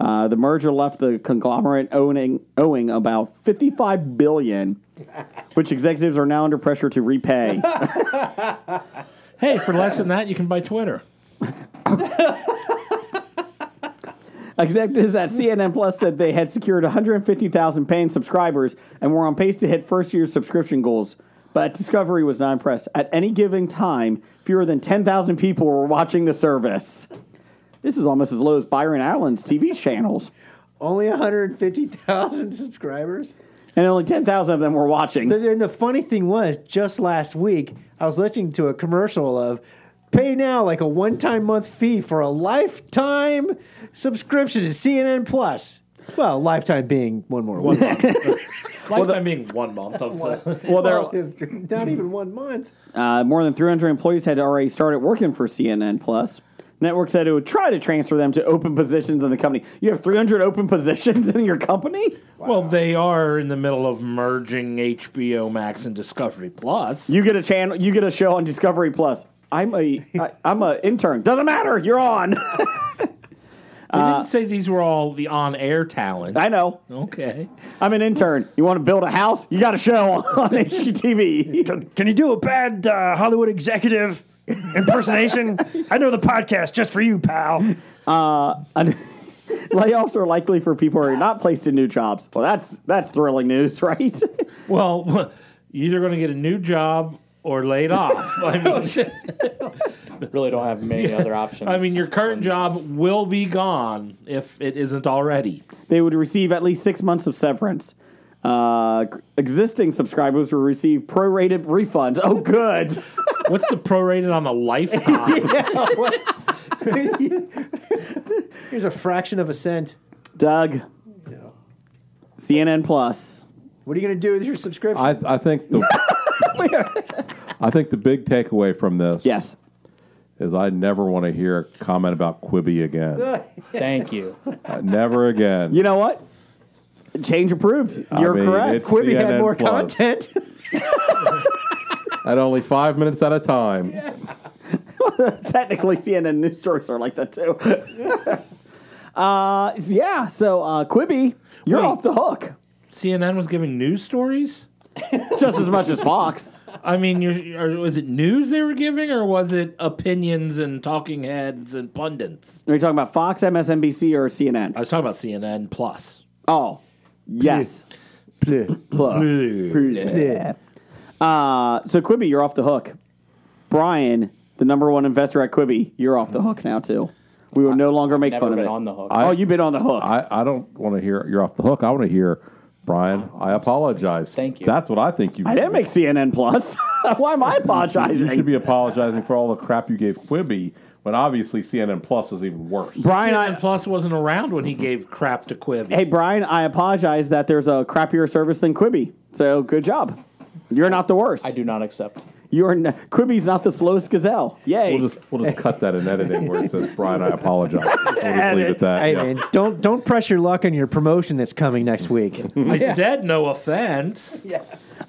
Uh, the merger left the conglomerate owning owing about fifty five billion, which executives are now under pressure to repay. Hey, for less than that, you can buy Twitter. executives at CNN Plus said they had secured one hundred fifty thousand paying subscribers and were on pace to hit first year subscription goals. But Discovery was not impressed. At any given time, fewer than ten thousand people were watching the service. This is almost as low as Byron Allen's TV channels. Only 150,000 subscribers? and only 10,000 of them were watching. But then the funny thing was, just last week, I was listening to a commercial of pay now like a one time month fee for a lifetime subscription to CNN Plus. Well, lifetime being one more One week. month. Lifetime being one month of the. Well, Well, there, if- not even one month. uh, more than 300 employees had already started working for CNN Plus. Network said it would try to transfer them to open positions in the company. You have 300 open positions in your company? Well, they are in the middle of merging HBO Max and Discovery Plus. You get a channel, you get a show on Discovery Plus. I'm a I, I'm a intern. Doesn't matter. You're on. They didn't say these were all the on-air talent. uh, I know. okay. I'm an intern. You want to build a house? You got a show on HGTV. Can, can you do a bad uh, Hollywood executive impersonation? I know the podcast just for you, pal. Un- Uh, Layoffs are likely for people who are not placed in new jobs. Well, that's that's thrilling news, right? Well, you're either going to get a new job or laid off. I Oh, mean, Really don't have many other options. I mean, your current job will be gone if it isn't already. they would receive at least six months of severance. Uh, existing subscribers will receive prorated refunds. Oh, good. What's the prorated on a lifetime? Here's a fraction of a cent. Doug, CNN Plus. What are you going to do with your subscription? I, I think the I think the big takeaway from this Yes. is I never want to hear a comment about Quibi again. Thank you. Uh, never again. You know what? Change approved. I You're mean, correct. it's Quibi had CNN more plus. content. At only five minutes at a time. Technically, CNN news stories are like that too. uh, yeah. So uh, Quibi, you're Wait. off the hook CNN was giving news stories. just as much as Fox. I mean, you're, you're, was it news they were giving, or was it opinions and talking heads and pundits? Are you talking about Fox, MSNBC, or CNN? I was talking about CNN Plus. Oh, yes. Blah. Blah. Uh, so Quibi, you're off the hook. Brian, the number one investor at Quibi, you're off the hook now too. We will no longer make Never fun of been it. on the hook. oh, you've been on the hook. I, I don't want to hear you're off the hook. I want to hear Brian. I apologize. Thank you. That's what I think you. I didn't make CNN Plus. Why am I You should apologizing? be apologizing for all the crap you gave Quibi, when obviously CNN Plus is even worse. Brian, CNN I, Plus wasn't around when he Mm-hmm. gave crap to Quibi. hey Brian, I apologize that there's a crappier service than Quibi. So good job. You're not the worst. I do not accept. You're n- Quibi's not the slowest gazelle. Yay! We'll just we'll just cut that in editing where it says Brian. I apologize. We'll just leave it at that. Hey yeah. man, don't don't press your luck on your promotion that's coming next week. I said no offense.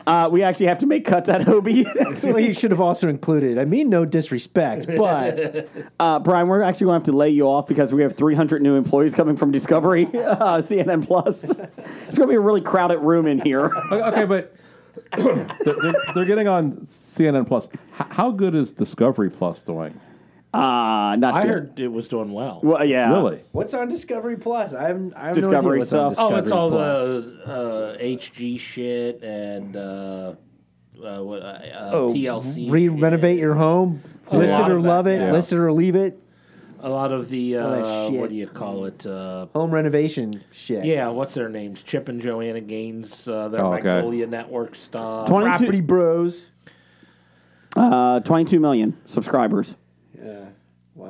uh, we actually have to make cuts at Hobie. Actually, you should have also included. I mean, no disrespect, but Uh, Brian, we're actually going to have to lay you off because we have 300 new employees coming from Discovery, uh, CNN Plus. it's going to be a really crowded room in here. Okay, but they're, they're, they're getting on CNN Plus. H- how good is Discovery Plus doing? Uh, not I good. heard it was doing well. Well, Uh, yeah. Really? what's on Discovery Plus? I have, I have no idea Discovery what's on stuff? oh, Discovery it's all Plus. the uh, HG shit and uh, uh, what, uh, uh, TLC. Oh, Re shit. renovate your home. List lot it or of that, love it. yeah. List it or leave it. A lot of the, that uh, shit. what do you call it? Uh, Home renovation shit. yeah, what's their names? Chip and Joanna Gaines, uh, their Oh, okay. Magnolia Network stuff. 22, Property Bros. uh, 22 million subscribers.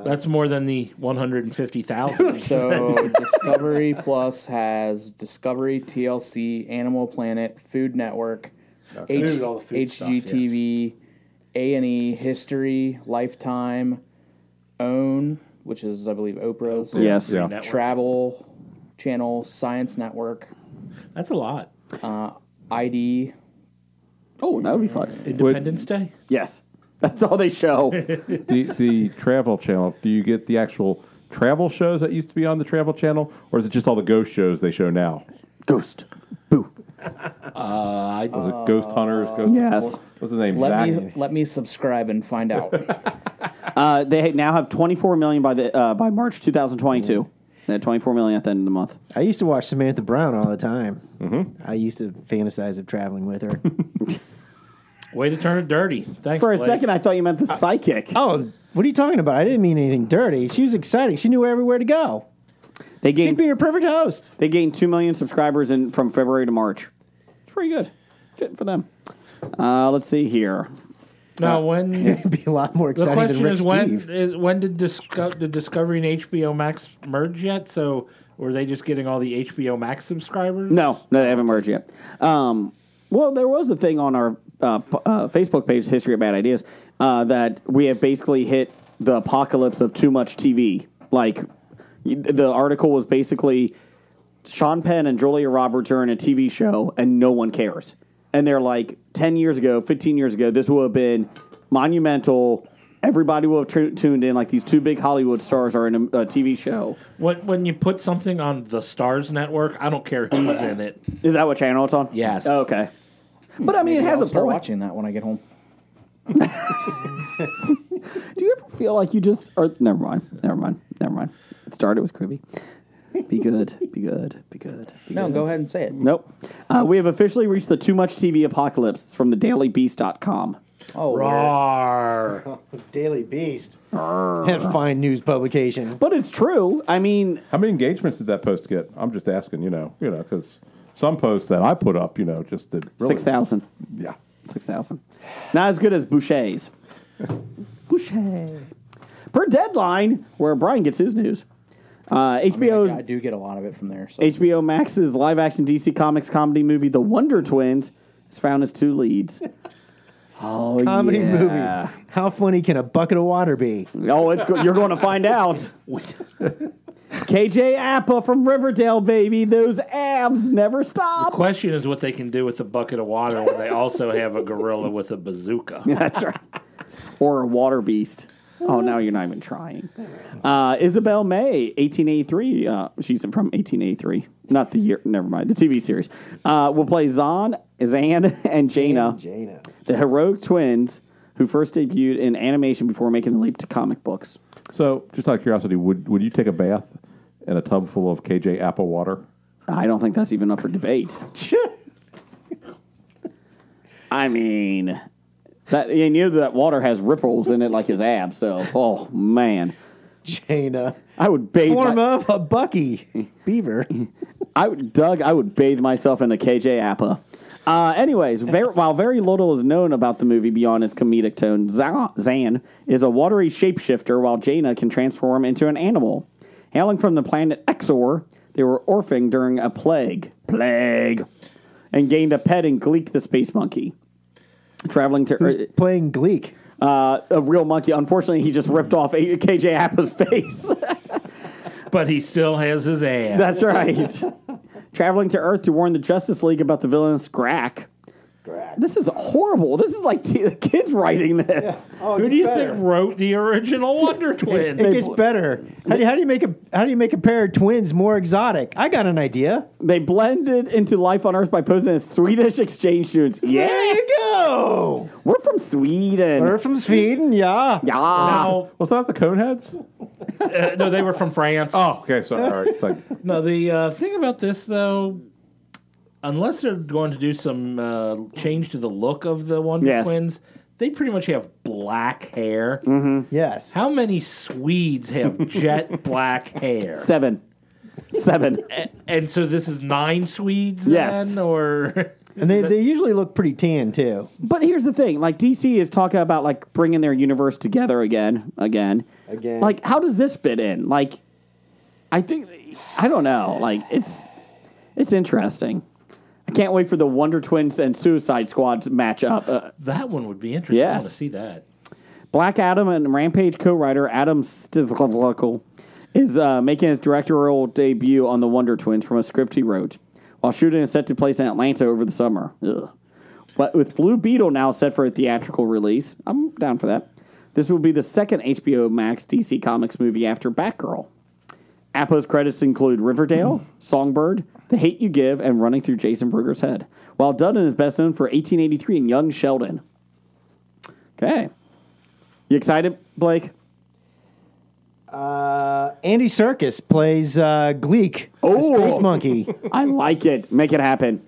That's more than the 150,000. So Discovery Plus has Discovery, TLC, Animal Planet, Food Network, H- food, all the food stuff, HGTV, A and E, History, Lifetime, Own, which is I believe Oprah's, Yes. Yeah. Network. Travel Channel, Science Network, uh, That's a lot. ID. Oh, that would be fun. Independence Day? Yes. That's all they show. The the Travel Channel. Do you get the actual travel shows that used to be on the Travel Channel, or is it just all the ghost shows they show now? Ghost. Was it Ghost Hunters? Ghost Yes. What's the name? Let Zach? me let me subscribe and find out. Uh, they now have 24 million by the uh, by March 2022. They had 24 million at the end of the month. I used to watch Samantha Brown all the time. I used to fantasize of traveling with her. Way to turn it dirty. Thanks, For a Blake. second, I thought you meant the psychic. oh, what are you talking about? I didn't mean anything dirty. She was exciting. She knew everywhere to go. They She'd gained be your perfect host. They gained two million subscribers in from February to March. It's pretty good. Good for them. Uh, let's see here. Now, when... It'd be a lot more The exciting than question Rick is when, Steve. is when did Disco- the Discovery and HBO Max merge yet? So were they just getting all the HBO Max subscribers? No, no, they haven't merged yet. Um, well, there was a thing on our uh, p- uh, Facebook page, History of Bad Ideas, uh, that we have basically hit the apocalypse of too much TV. Like, y- the article was basically Sean Penn and Julia Roberts are in a TV show and no one cares. And they're like, 10 years ago, 15 years ago, this would have been monumental. Everybody will have tu- tuned in. Like, these two big Hollywood stars are in a, a TV show. When when you put something on the Stars Network, I don't care who's in it. Is that what channel it's on? Oh, Yes. Okay. But I mean, it has I'll a start point. watching that when I get home. Do you ever feel like you just or never mind, never mind, never mind. It started with Quibi. Be good, be good, be good. Be No, good. go ahead and say it. Nope. Uh, we have officially reached the too much TV apocalypse from the dailybeast.com. Oh, Rar. Daily Beast. That fine news publication. But it's true. I mean, How many engagements did that post get? I'm just asking. You know, you know, because some posts that I put up, you know, just did really, 6,000. Yeah. 6,000. Not as good as Boucher's. Boucher. Per deadline, where Brian gets his news. Uh, HBO's I do get a lot of it from there. So. HBO Max's live action DC Comics comedy movie The Wonder Twins has found its two leads. Oh, comedy yeah. movie. How funny can a bucket of water be? Oh, it's go- you're going to find out. KJ Appa from Riverdale, baby. Those abs never stop. Question is what they can do with a bucket of water when they also have a gorilla with a bazooka. That's right. Or a water beast. Oh, now you're not even trying. Uh, Isabel May, 1883. Uh, she's from 1883. Not the year. Never mind. The TV series. Uh, will play Zahn, Zan, and Jaina, Jana. the heroic twins who first debuted in animation before making the leap to comic books. So, just out of curiosity, would would you take a bath in a tub full of KJ apple water? I don't think that's even up for debate. I mean, that and you know that water has ripples in it like his abs. So, oh man, Jana. I would bathe. my- Form of a Bucky Beaver. I would, Doug, I would bathe myself in a KJ Appa. Uh, anyways, ver while very little is known about the movie beyond its comedic tone, Za- Zan is a watery shapeshifter while Jaina can transform into an animal. Hailing from the planet Exor, they were orphaned during a plague. Plague! And gained a pet in Gleek the space monkey. Traveling to Earth Playing Gleek. uh, a real monkey. Unfortunately, he just ripped off a- KJ Appa's face. But he still has his ass. That's right. Traveling to Earth to warn the Justice League about the villainous Grak. This is horrible. This is like t- the kids writing this. Oh. Who do you think wrote the original Wonder Twins? It gets better. How do, you, how do you make a how do you make a pair of twins more exotic? I got an idea. They blended into life on Earth by posing as Swedish exchange students. There Yeah, you go. we're from Sweden. We're from Sweden, yeah. yeah. no, Was that the Coneheads? uh, no, they were from France. Oh, okay. Sorry. All right. Thank you. No, the uh, thing about this though, unless they're going to do some uh, change to the look of the Wonder Yes. Mm-hmm. Twins, they pretty much have black hair. Yes. How many Swedes have jet black hair? Seven. Seven. And so this is nine Swedes Yes. then, or And they, they usually look pretty tan too. But here's the thing: like DC is talking about like bringing their universe together again, again, Again. Like, how does this fit in? Like, I think I don't know. Like, it's it's interesting. I can't wait for the Wonder Twins and Suicide Squad to match up. Uh, that one would be interesting. I want to Yes. see that. Black Adam and Rampage co-writer Adam Stizlakal is uh, making his directorial debut on the Wonder Twins from a script he wrote while shooting is set to place in Atlanta over the summer. Ugh. But with Blue Beetle now set for a theatrical release, I'm down for that. This will be the second HBO Max DC Comics movie after Batgirl. Appo's credits include Riverdale, Songbird, The Hate You Give, and Running Through Jason Bruger's Head. While Dudden is best known for 1883 and Young Sheldon. Okay. You excited, Blake? Uh, Andy Circus plays uh, Gleek, the Oh. space monkey. I like it. Make it happen.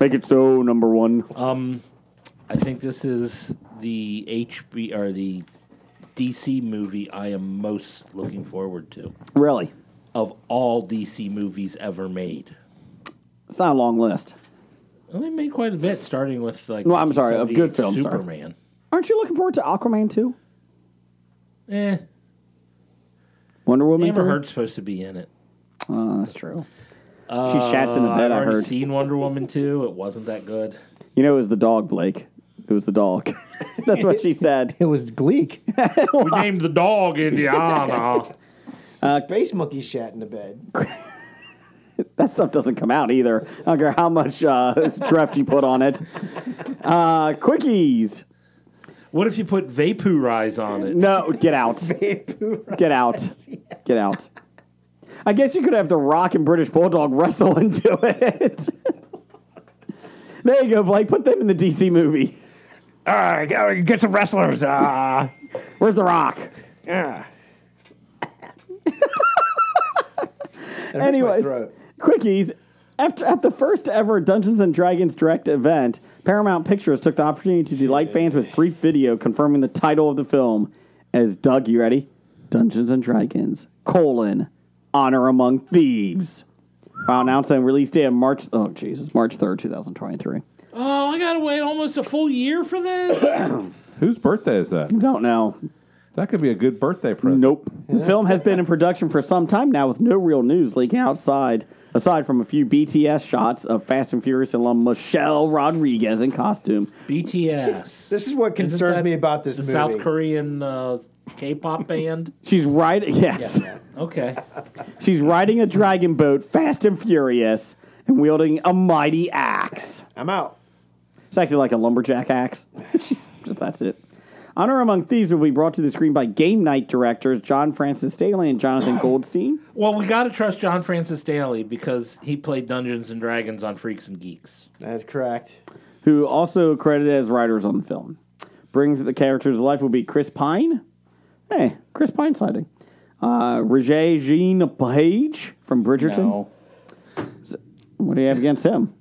Make it so number one. I think this is the HB or the DC movie I am most looking forward to really? of all DC movies ever made. It's not a long list. Well, they made quite a bit, starting with like. Well, I'm sorry, of good 78 films, sorry. Superman. Aren't you looking forward to Aquaman too? Eh, Wonder Woman. Amber three? Heard's supposed to be in it. Oh, that's true. she shats in the Uh, bed. I've I already heard. seen Wonder Woman 2. It wasn't that good. You know, it was the dog, Blake. It was the dog. that's what she said. it was Gleek. We named the dog Indiana. Uh, space monkey shat in the bed. That stuff doesn't come out either. I don't care how much uh, draft you put on it. Uh, quickies. what if you put Vaporize on it? No, get out. Get out. Get out. I guess you could have the Rock and British Bulldog wrestle into it. there you go, Blake. Put them in the DC movie. All right, gotta Uh, get some wrestlers. Uh, Where's the Rock? yeah. Anyways, throat. quickies. After, at the first ever Dungeons and Dragons direct event, Paramount Pictures took the opportunity to delight fans with brief video confirming the title of the film as Doug. You ready? Dungeons and Dragons: colon Honor Among Thieves. Wow, announced on release day of March. Oh Jesus, March third, two thousand twenty-three. Oh, I gotta wait almost a full year for this. Whose birthday is that? Don't know. That could be a good birthday present. Nope. The film has been in production for some time now with no real news leaking outside, aside from a few BTS shots of Fast and Furious alum Michelle Rodriguez in costume. BTS. This is what Isn't concerns that me about this the movie. South Korean uh, K-pop band. She's riding, yes, Okay, she's riding a dragon boat, fast and furious, and wielding a mighty axe. I'm out. It's actually like a lumberjack axe. Just just- that's it. Honor Among Thieves will be brought to the screen by Game Night directors John Francis Daley and Jonathan Goldstein. well we got to trust John Francis Daley because he played Dungeons and Dragons on Freaks and Geeks. That's correct. who also credited as writers on the film. Brings the characters to life will be Chris Pine. Hey, Chris Pine sighting. Uh, Regé Jean Page from Bridgerton. No, What do you have against him?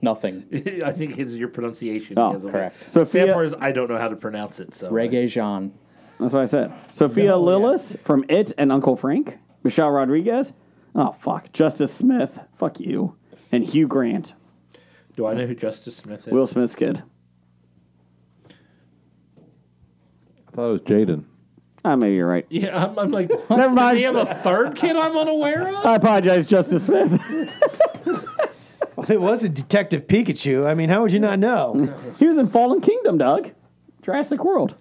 nothing. I think it's your pronunciation. Oh, is a- correct. Sophia- Sam Flores, I don't know how to pronounce it. So Reggae Jean. That's what I said. Sophia Lillis from It and Uncle Frank. Michelle Rodriguez. Oh, fuck. Justice Smith. Fuck you. And Hugh Grant. Do I know who Justice Smith is? Will Smith's kid. I thought it was Jaden. Ah, maybe you're right. yeah, I'm, I'm like, Never do you have mind. a third kid I'm unaware of? I apologize, Justice Smith. Well, it was a Detective Pikachu. I mean, how would you not know? He was in Fallen Kingdom, Doug. Jurassic World.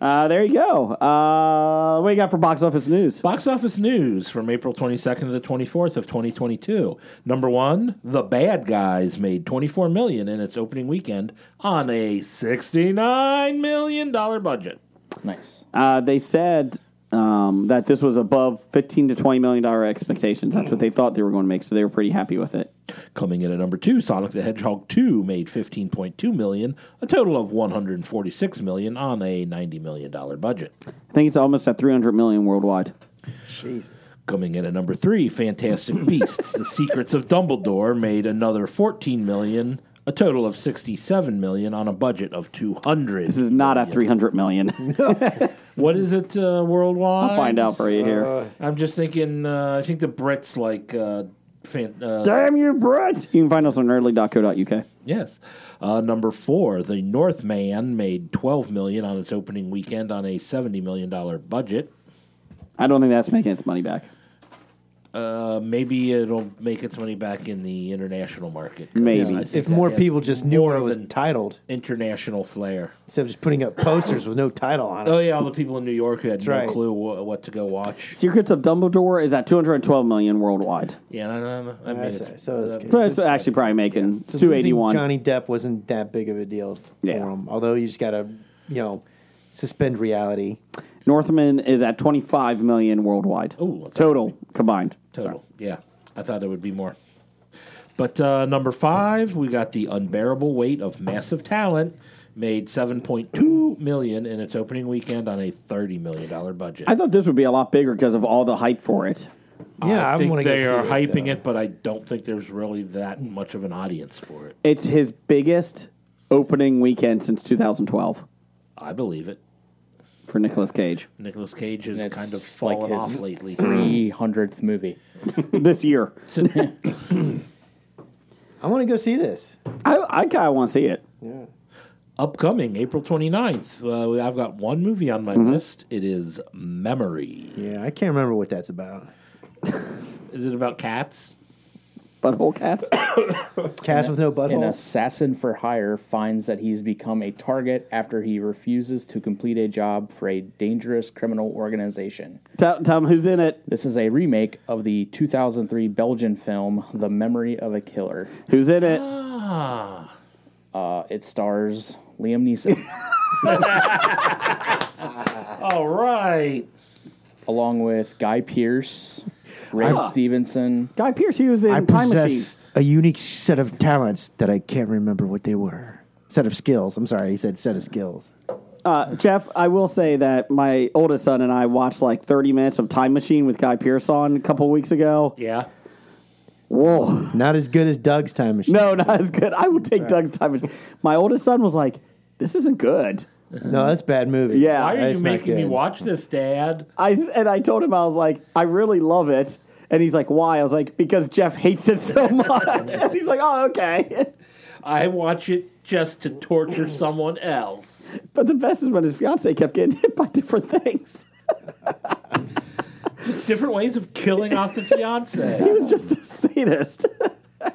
Uh, there you go. Uh, what you got for box office news? Box office news from April 22nd to the 24th of 2022. Number one, The Bad Guys made 24 million in its opening weekend on a 69 million dollar budget. Nice. Uh, they said um, that this was above fifteen to twenty million dollar expectations. That's what they thought they were going to make, so they were pretty happy with it. Coming in at number two, Sonic the Hedgehog 2 made 15.2 million, a total of 146 million on a 90 million dollar budget. I think it's almost at three hundred million worldwide. Jeez. Coming in at number three, Fantastic Beasts: The Secrets of Dumbledore made another 14 million, a total of 67 million on a budget of 200. This is not at three hundred million. What is it uh, worldwide? I'll find out for you here. I'm just thinking. Uh, I think the Brits like. Uh, fan, uh, Damn you, Brett! You can find us on nerdly.co.uk. yes, uh, number four. The Northman made 12 million on its opening weekend on a 70 million dollar budget. I don't think that's making its money back. Uh, maybe it'll make its money back in the international market. 'cause Maybe. I think If that more has people just knew what more it of was an titled international flair. instead of just putting up posters with no title on it. Oh yeah, all the people in New York who had no right. clue wha- what to go watch. Secrets of Dumbledore is at two hundred twelve million worldwide. Yeah, I, I, I mean, That's it's- right. So it's good. So it's actually probably making So two losing eighty one. Johnny Depp wasn't that big of a deal for Yeah. him. Although you just got to, you know, suspend reality. Northman is at 25 million worldwide. Ooh, that's total combined. Total. Yeah. I thought it would be more. But uh, number five, we got the unbearable weight of massive talent. Made seven point two million in its opening weekend on a thirty million dollar budget. I thought this would be a lot bigger because of all the hype for it. Yeah, I think wanna go they see are it, hyping it, but I don't think there's really that much of an audience for it. It's his biggest opening weekend since 2012 I believe it. for Nicolas Cage Nicolas Cage has That's kind of like fallen his off lately. 300th movie. this year. I want to go see this. I, I kind of want to see it. Upcoming April 29th, uh, I've got one movie on Mm-hmm. my list. It is Memory. Yeah, I can't remember what that's about. Is it about cats? Butthole cats. Cast with no An buttholes. assassin for hire finds that he's become a target after he refuses to complete a job for a dangerous criminal organization. tell, tell him who's in it. This is a remake of the 2003 Belgian film The Memory of a Killer. Who's in it? Ah. Uh, it stars Liam Neeson All right. along with Guy Pearce, Ray Stevenson. Guy Pearce. He was in I Time Machine. possess a unique set of talents that I can't remember what they were. Set of skills. I'm sorry, he said set of skills. Uh, Jeff, I will say that my oldest son and I watched like 30 minutes of Time Machine with Guy Pearce on a couple weeks ago. Yeah. Whoa. Not as good as Doug's time machine. No, not as good. I would take Doug's time. machine. My oldest son was like, "This isn't good." No, that's a bad movie. Yeah. Why are you That's not making me good. watch this, Dad? I and I told him I was like, "I really love it," and he's like, "Why?" I was like, "Because Jeff hates it so much." and he's like, "Oh, okay." I watch it just to torture someone else. But the best is when his fiance kept getting hit by different things. Different ways of killing off the fiance. He was just a sadist.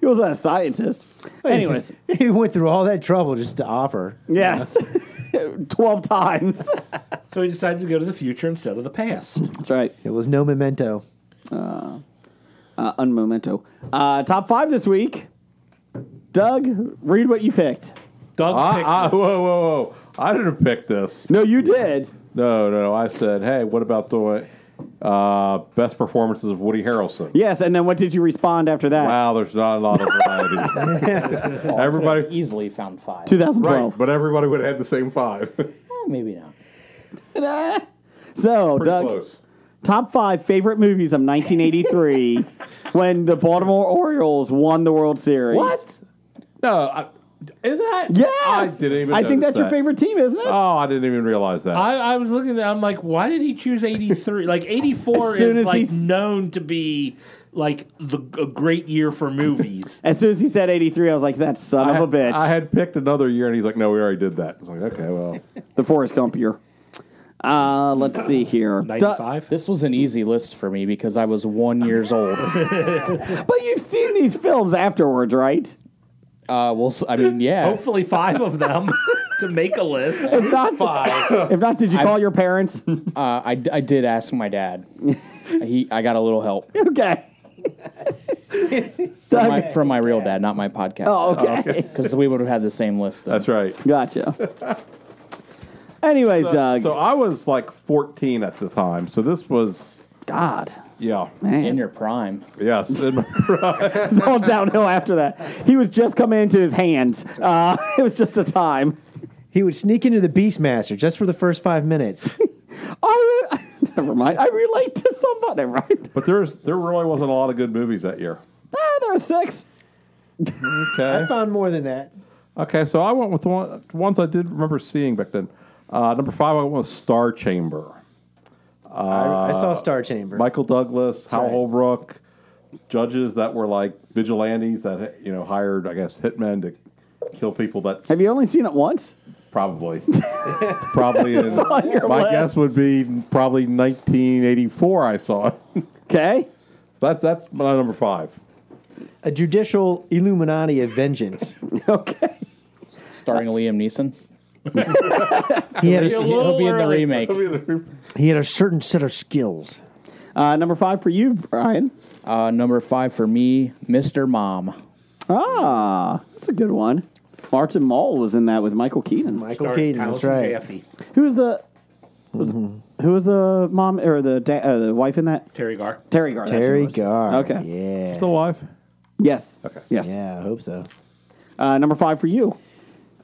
he wasn't a scientist. Anyways, he went through all that trouble just to offer. yes, twelve times. So he decided to go to the future instead of the past. That's right. It was no memento. Uh, unmomento. Uh, top five this week. Doug, read what you picked. Doug I, Ah, picked I, this. whoa, whoa, whoa! I didn't pick this. No, you did. No, no, no. I said, hey, what about the uh, best performances of Woody Harrelson? Yes, and then what did you respond after that? Wow, there's not a lot of variety. everybody, Easily found five. 2012. right? But everybody would have had the same five. Pretty Eh, maybe not. So, Doug, close. top five favorite movies of 1983 when the Baltimore Orioles won the World Series. What? No, I, is that? Yes. I didn't even. I think notice that's your that. favorite team, isn't it? Oh, I didn't even realize that. I, I was looking at that. I'm like, why did he choose 83? like, 84 As soon is as like he's- known to be like the, a great year for movies. as soon as he said 83, I was like, that son I of had, a bitch. I had picked another year, and he's like, "No, we already did that." It's like, okay, well, the Forrest Gump year. Uh, let's see here. Doug- 95? This was an easy list for me because I was one years old. Uh, but you've seen these films afterwards, right? Uh, well, s- I mean, yeah. Hopefully, five of them to make a list. If not, if not did you call your parents? Uh, I, d- I did ask my dad. he I got a little help okay. from my, from my real dad, not my podcast. Oh, okay. Because we would have had the same list. Then. that's right. Gotcha. Anyways, Doug. So I was like 14 at the time. So this was, God. yeah, In your prime. yes. in my- It's all downhill after that. He was just coming into his hands. Uh, it was just a time. He would sneak into the Beastmaster just for the first five minutes. I re- never mind. I relate to somebody, right? but there's there really wasn't a lot of good movies that year. Ah, there are six. Okay. I found more than that. Okay, so I went with one, ones I did remember seeing back then. Uh, number five, I went with Star Chamber. I, I Uh, saw Star Chamber. Michael Douglas, Hal right. Holbrook, judges that were like vigilantes that you know hired, I guess, hitmen to kill people. That Have you only seen it once? probably, probably. in, on your my list. guess would be probably 1984. I saw it. so Okay. that's that's my number five. a judicial Illuminati of vengeance. Okay. Starring Liam Neeson. He had, It'll, a, be in the early remake. he had a certain set of skills. Uh, number five for you, Brian. Uh, number five for me, Mr. Mom. Ah, that's a good one. Martin Mull was in that with Michael Keaton. Michael Keaton, that's Allison right. Jaffe, Who was the was, who was the mom or the da- uh, the wife in that? Terry Gar. Terry Gar. that's who it Terry was. Gar. Okay. Yeah. Still alive? Yes. Okay. Yes. Yeah, I hope so. Uh, number five for you.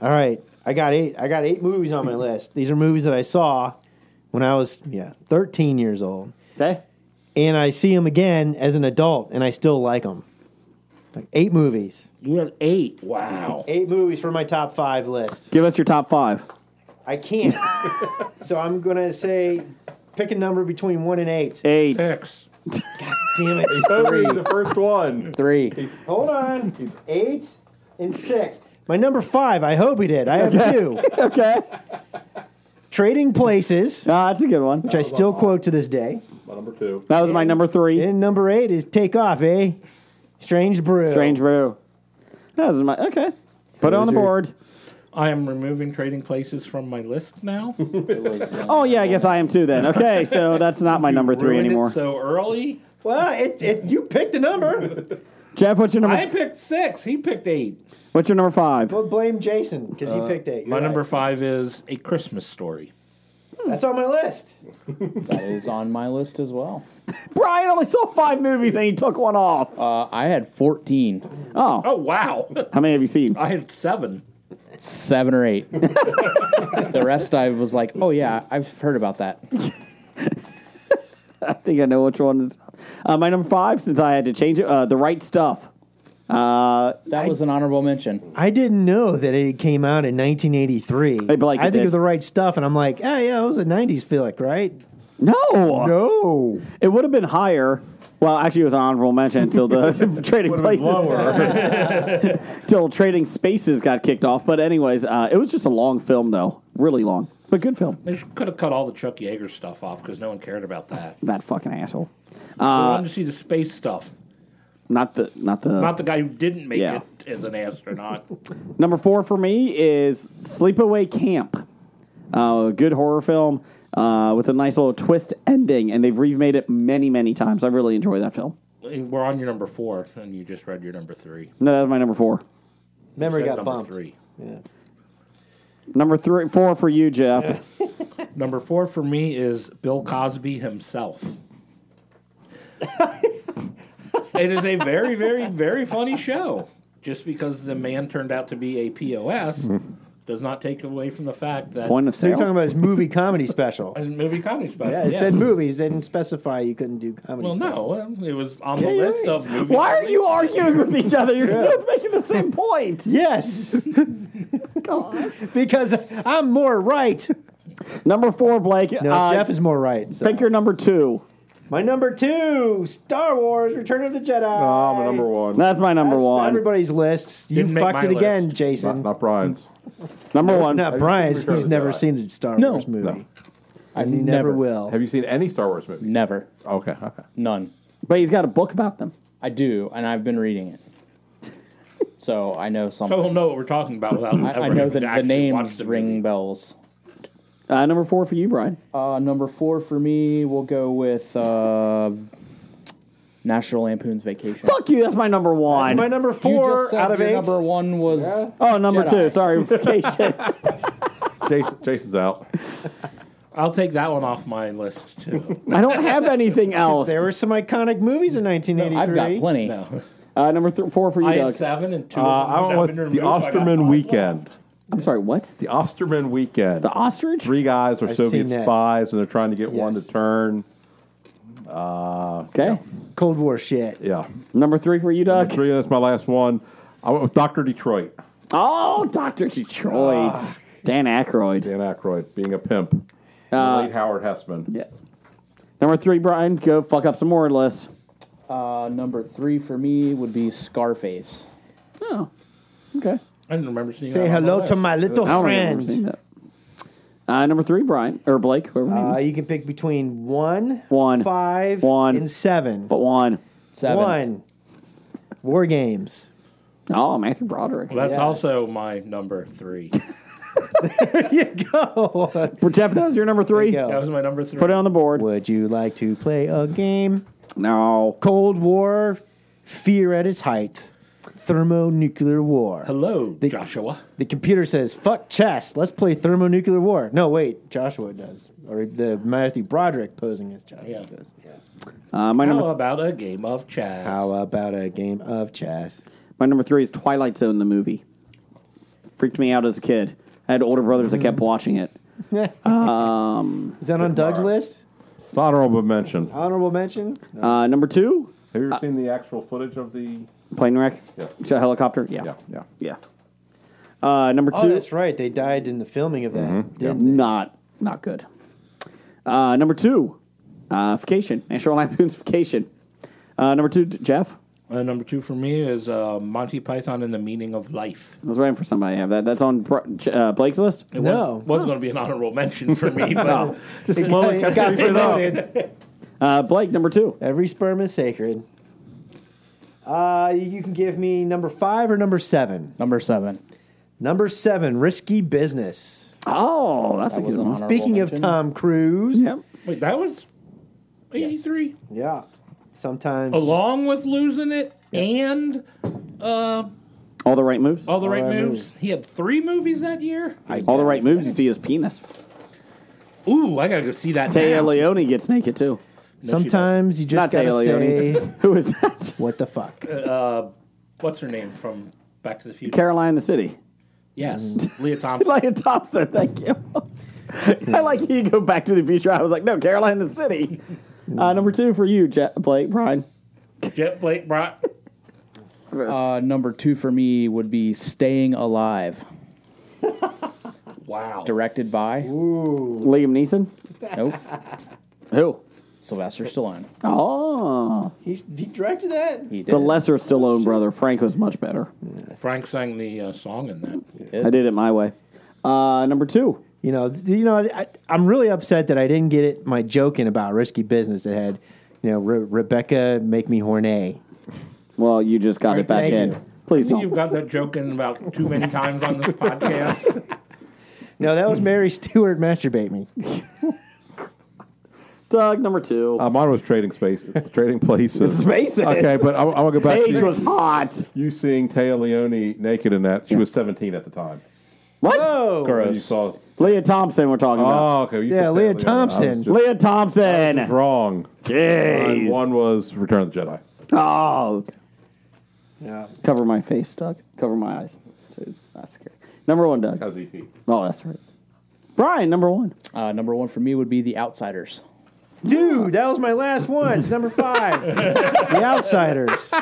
All right. I got eight I got eight movies on my list. These are movies that I saw when I was yeah, 13 years old. Okay. And I see them again as an adult and I still like them. Like eight movies. You had eight. Wow. Eight movies for my top 5 list. Give us your top five. I can't. so I'm going to say pick a number between 1 and 8. Eight. Six. Damn it. Toby, the first one. Three. Hold on. Eight and six. My number five, I hope we did. I have two. Okay. Trading Places, which Ah, that's a good one. I still quote to this day. My number two. That was my number three. And number eight is Take Off, eh? Strange Brew. Strange Brew. That was my okay. Put it on the Loser. board. I am removing trading places from my list now. Oh yeah, I guess I am too then. Okay, so that's not my number three Ruined it anymore. So early. Well, it, it, you picked the number. Jeff, what's your I number? picked six. He picked eight. What's your number five? Well, blame Jason because he picked eight. Uh, My You're number right. five is A Christmas Story. That's on my list. That is on my list as well. Brian only saw five movies and he took one off. Uh, I had 14. oh, Oh wow! how many have you seen? I had seven. Seven or eight. the rest I was like, oh, yeah, I've heard about that. I think I know which one is. Uh, my number five, since I had to change it, uh, the right stuff. Uh, That was an honorable mention. I didn't know that it came out in 1983. Blake, it I think did. it was the right stuff, and I'm like, ah, yeah, it was a 90s flick, right? No. No. It would have been higher. Well, actually, it was an honorable mention until the trading places, till trading spaces got kicked off. But anyways, uh, it was just a long film though, really long, but good film. They could have cut all the Chuck Yeager stuff off because no one cared about that. That fucking asshole. I Uh, wanted to see the space stuff, not the not the not the guy who didn't make yeah. it as an astronaut. Number four for me is Sleepaway Camp. Uh, a good horror film uh, with a nice little twist ending, and they've remade it many, many times. I really enjoy that film. We're on your number four, and you just read your number three. No, that was my number four. Memory Said got number bumped. three. Yeah. Number three, four for you, Jeff. Number four for me is Bill Cosby himself. it is a very, very, very funny show. Just because the man turned out to be a POS does not take away from the fact that Point of So you're talking sale. about his movie comedy special. a movie comedy special. Yeah, it said movies. They didn't specify you couldn't do comedy Well, no, specials. well, it was on Yeah, the you're list right. of movies. Why are you arguing with each other? You're Yeah. both making the same point. Yes. because I'm more right. Number four, Blake. No, uh, Jeff is more right. so. pick your number two. My number two, Star Wars: Return of the Jedi. Oh, I'm a number one. That's my number That's one. Everybody's lists. You Didn't make fucked my it again, list. Not, Jason. not Brian's. number one. Not Brian's. Return of He's the never Jedi. seen a Star Wars movie. no. I never, never. will. Have you seen any Star Wars movie? Never. Okay, okay. None. But he's got a book about them. I do, and I've been reading it. So I know So something. he'll know what we're talking about without. I, ever I know having to the, the actually watch names the ring movie. bells. Uh, number four for you, Brian. Uh, number four for me, we'll go with uh, National Lampoon's Vacation. Fuck you. That's my number one. My number You just four said out of your eight. Number one was oh, number Jedi. two. Sorry. Vacation. Jason, Jason's out. I'll take that one off my list too. I don't have anything else. There were some iconic movies in 1983. I've got plenty. no, Uh, number th- four for you, I had Doug. seven and two. Uh, of them I went have been with the removed, so I got Osterman five Weekend. left. I'm sorry, what? The Osterman Weekend. The ostrich? Three guys are I've Soviet seen that. spies, and they're trying to get one to Yes. turn. Okay. Cold War shit. Yeah. Number three for you, Doug. Three, that's my last one. I went with Dr. Detroit, Oh, Dr. Detroit. Dan Aykroyd. Uh, Dan Aykroyd, being a pimp. The late Howard Hessman. Yeah. Number three, Brian. Go fuck up some more list. Uh, number three for me would be Scarface. Oh. Okay. I didn't remember seeing. Say that on hello my to list. my little I don't remember seeing friend. that. Uh, number three, Brian. Or Blake, whoever Uh, names. you can pick between one, One. five, One. and seven. But one. Seven. One. War games. Oh, Matthew Broderick. Well, that's also my number three. Go. Jeff, that was your number three. There you That was my number three. Put it on the board. Would you like to play a game? No. Cold War, fear at its height, thermonuclear war. Hello, Joshua. The computer says, "Fuck chess, let's play thermonuclear war." No, wait, Joshua does, or the Matthew Broderick posing as Joshua Yeah. does. Uh, my How number about a game of chess? How about a game of chess? my number three is Twilight Zone the movie. Freaked me out as a kid. I had older brothers that Mm-hmm. kept watching it. Is that on Doug's list? It's an honorable mention. Honorable mention. Uh, number two, Have you ever seen the actual footage of the. plane wreck. Yes. Is that a helicopter. Yeah. Yeah, yeah. Yeah. Uh, number Oh, two, that's right. They died in the filming of that. Didn't not not good. Uh, number two, uh, vacation. National Lampoon's vacation. Uh, number two, Jeff. Uh, number two for me is uh, Monty Python and the Meaning of Life. I was waiting for somebody to have that. That's on Br- J- uh, Blake's list. It No. was, was going to be an honorable mention for me, but Just slowly they? Got promoted. Uh, Blake, number two. Every sperm is sacred. Uh, you can give me number five or number seven. Number seven. Number seven, risky business. Oh, that's That a was good an one. honorable Speaking of mention. Tom Cruise. Yep. wait, that was eighty-three, Yeah. Sometimes. along with losing it and uh, All the right moves. all the right, Right moves. Moves. He had three movies that year. All the right moves. You see his penis. Ooh, I gotta go see that. Taya now. Leone gets naked too. Sometimes you just Not gotta Taya say, Leone. Who is that? "What the fuck?" What's her name from Back to the Future? Caroline in the City. yes, Leah Thompson. Leia Thompson, thank you. I like you go back to the future. I was like, no, Caroline in the City. Uh, number two for you, Jet, Blake, Brian. Jet Blake brought. Uh, number two for me would be Staying Alive, Wow. directed by. Liam Neeson. Nope. Who? Sylvester Stallone. Oh, He's, he directed that? He did. the lesser Stallone brother, Frank, was much better. Frank sang the uh, song in that. I did it my way. Uh, number two. You know, th- you know, I, I'm really upset that I didn't get it, my joke in about risky business that had, you know, Re- Rebecca make me horny. Well, you just got All right, it back thank in. you. Please You've don't. got that joke in about too many times on this podcast. No, that was Mary Stewart masturbate me. Doug, number two. Uh, mine was trading space, trading places. Spaces. Okay, but I, I want to go back Paige to was hot. you seeing Taya Leone naked in that. She was 17 at the time. What? You Gross. saw. Leah Thompson, we're talking about. Oh, okay. you Yeah, said Taya Leah Leone. I was Thompson. just Leah Thompson. wrong. Jeez. And one was Return of the Jedi. Oh. Cover my face, Doug. Cover my eyes. Dude, That's scary. Number one, Doug. That was E.T. Oh, that's right. Brian, number one. Uh, number one for me would be The Outsiders. Dude, that was my last one. It's number five. the Outsiders.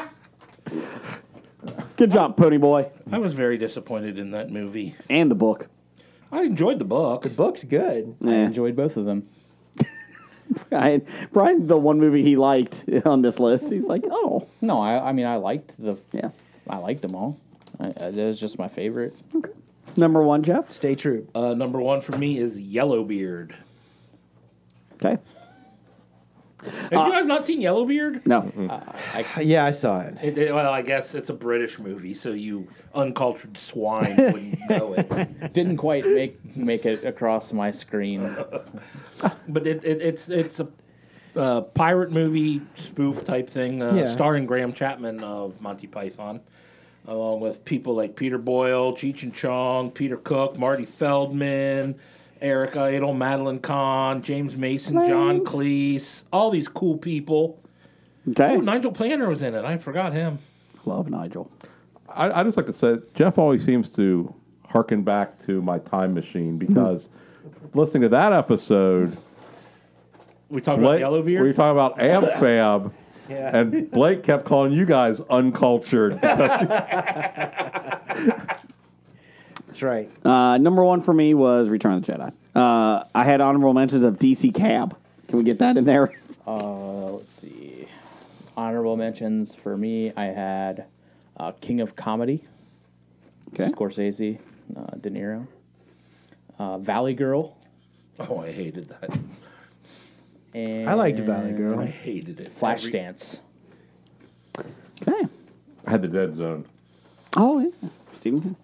Good job, Pony Boy. I was very disappointed in that movie. And the book. I enjoyed the book. Book's good. I Yeah. enjoyed both of them. Brian, Brian, the one movie he liked on this list, he's like, oh, No, I, I mean I liked the yeah. I liked them all. I, I, that was just my favorite. Number one, Jeff. Stay true. Uh, number one for me is Yellowbeard. Okay. Have you guys not seen Yellowbeard? No. Yeah, I saw it. It, it- well, I guess it's a British movie, so you uncultured swine wouldn't know it. Didn't quite make make it across my screen. But it, it, it's it's a uh, pirate movie spoof type thing, uh, Yeah. starring Graham Chapman of Monty Python, along with people like Peter Boyle, Cheech and Chong, Peter Cook, Marty Feldman, Eric Idle, Madeline Kahn, James Mason, John Cleese, all these cool people. Okay. Oh, Nigel Planner was in it. I forgot him. Love Nigel. I, I just like to say Jeff always seems to harken back to my time machine because listening to that episode, We talking Blake, about we were Yellowbeard? talking about AmFab, Yeah. and Blake kept calling you guys uncultured. That's right. Uh, number one for me was Return of the Jedi. Uh, I had honorable mentions of DC Cab. Can we get that in there? Uh, let's see. Honorable mentions for me. I had uh, King of Comedy, Okay. Scorsese, uh, De Niro, uh, Valley Girl. Oh, I hated that. And I liked Valley Girl. I hated it. Every- Flashdance. Okay. I had the dead zone. Oh yeah, Stephen King.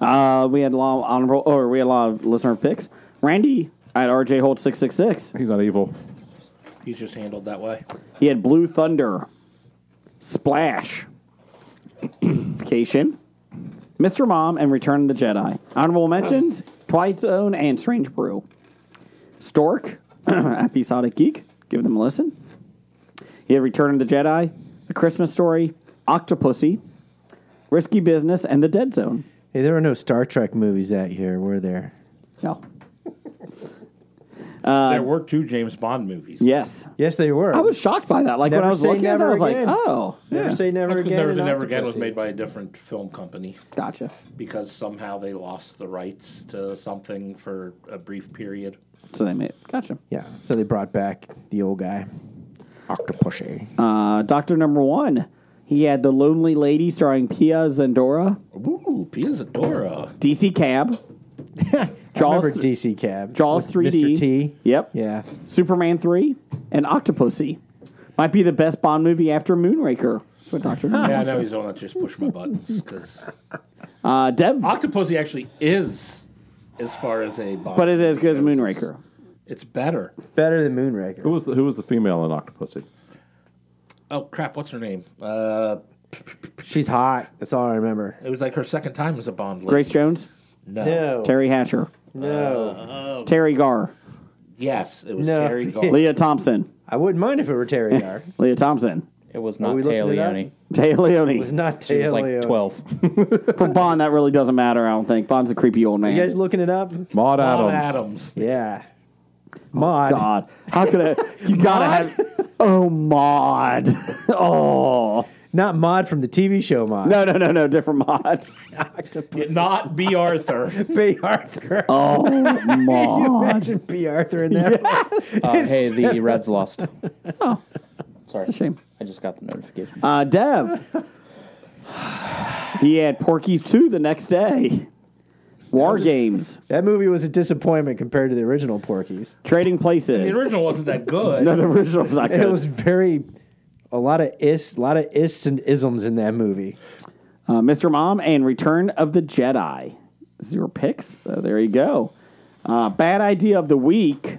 Uh, we had a lot of honorable, or we had a lot of listener picks. Randy at RJ Holt six six six. He's not evil. He's just handled that way. He had Blue Thunder, Splash, Vacation, Mr. Mom, and Return of the Jedi. Honorable mentions: Twilight Zone and Strange Brew. Stork, Episodic Geek. Give them a listen. He had Return of the Jedi, A Christmas Story, Octopussy, Risky Business, and The Dead Zone. Hey, there were no Star Trek movies that year, were there? No. Uh, there were two James Bond movies. Yes. Yes, they were. I was shocked by that. Like when Never I was say looking at that, I never was like, again. oh, Never yeah. say never That's 'cause again. Never, and Never Again was Octopussy. made by a different film company gotcha. because somehow they lost the rights to something for a brief period. So they made Gotcha. Yeah, so they brought back the old guy, Octopussy. Uh, Doctor Number One. He had The Lonely Lady starring Pia Zandora, Ooh, Pia Zadora. DC Cab, I Jaws, remember DC Cab. Jaws with 3D. Mr. T. Yep. Yeah. Superman 3, and Octopussy. Might be the best Bond movie after Moonraker. That's what Doctor Number Yeah, I One. know he's don't let you just push my buttons because Uh, Dev, Octopussy actually is, as far as a Bond. but is it as good as movie goes, Moonraker? It's better. Better than Who Moonraker. was the, who was the female in Octopussy? Oh crap! What's her name? Uh, She's hot. That's all I remember. it was like her second time as a Bond. lady. Grace Jones, No. No. Terry Hatcher, No. Terry Garr, Yes, it was No. Terry Gall. Leah Thompson, I wouldn't mind if it were Terry Yar. Leah Thompson, It was we not looking Taya it up? Leone. Taya Leone. It's not Taylor. She was like 12. For Bond, that really doesn't matter. I don't think Bond's a creepy old man. You guys looking it up? Maud John Adams. Adams. Yeah. Mod. God, how could I? You gotta have. Oh, Maud. Oh, Not Mod from the TV show Mod. No, no, no, no, different mod. Octopus. Not B. Arthur. B. Arthur. Oh, Can you mod. imagine B. Arthur in there? Uh, hey, the Reds lost. Oh, sorry. It's a shame. I just got the notification. Uh, Dev. he had Porky's 2 the next day. War Games, That movie was a disappointment compared to the original Porky's. Trading Places. The original wasn't that good. no, the original's not It good. was very a lot of is, a lot of ists and isms in that movie. uh, Mr. Mom and Return of the Jedi. Zero picks. So there you go. Uh, bad idea of the week.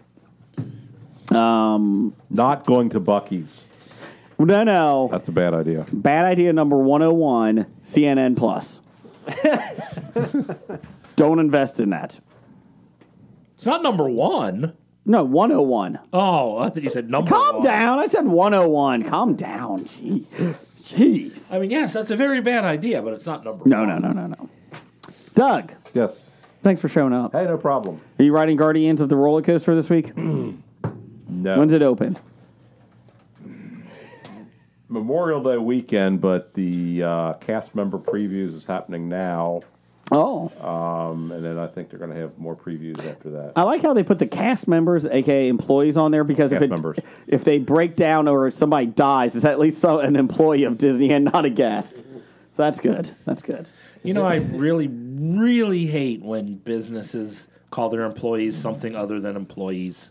Um, Not going to Bucky's. no, no. That's a bad idea. Bad idea number 101, CNN Plus. Don't invest in that. It's not number one. No, 101. Oh, I thought you said number Calm one. down. I said 101. Calm down. Gee. Jeez. I mean, yes, that's a very bad idea, but it's not number No, one. no, no, no, no. Doug, Yes. thanks for showing up. Hey, no problem. Are you riding Guardians of the Roller Coaster this week? No. When's it open? Memorial Day weekend, but the uh, cast member previews is happening now, Oh. um, and then I think they're going to have more previews after that. I like how they put the cast members, aka employees, on there because if Cast it, members. if they break down or somebody dies, it's at least so, an employee of Disney and not a guest. So that's good. That's good. You know, I really, really hate when businesses call their employees something other than employees.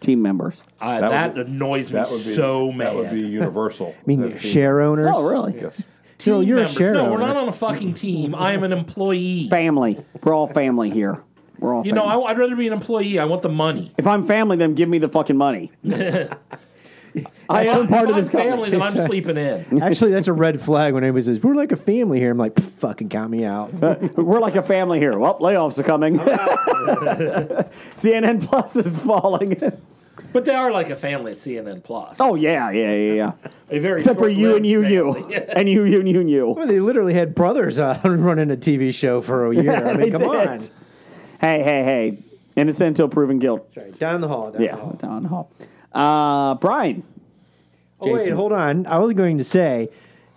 Team members. I, That that would- annoys me that would be so That mad. would be universal. I mean, share owners. Oh, really? Yes. Team Phil, you're a members. share No, we're owner. not on a fucking team. I am an employee. Family. We're all family here. We're all. You know, family. I, I'd rather be an employee. I want the money. if I'm family, then give me the fucking money. I am part If of I'm this family company. that I'm sleeping in. Actually, that's a red flag when anybody says, We're like a family here. I'm like, "Pff, fucking count me out. We're like a family here. Well, layoffs are coming. CNN Plus is falling. But they are like a family at CNN Plus. oh yeah, yeah, yeah, yeah. a very Except for you and you, and you, short-lived family. and you, you, and you, and you. Well, they literally had brothers uh, running a TV show for a year. I They mean, come on. did. Hey, hey, hey. Innocent until proven guilty. Sorry, down the hall. Down Yeah, The hall. Don Hall. Uh, Brian. Oh, wait, hold on. I was going to say,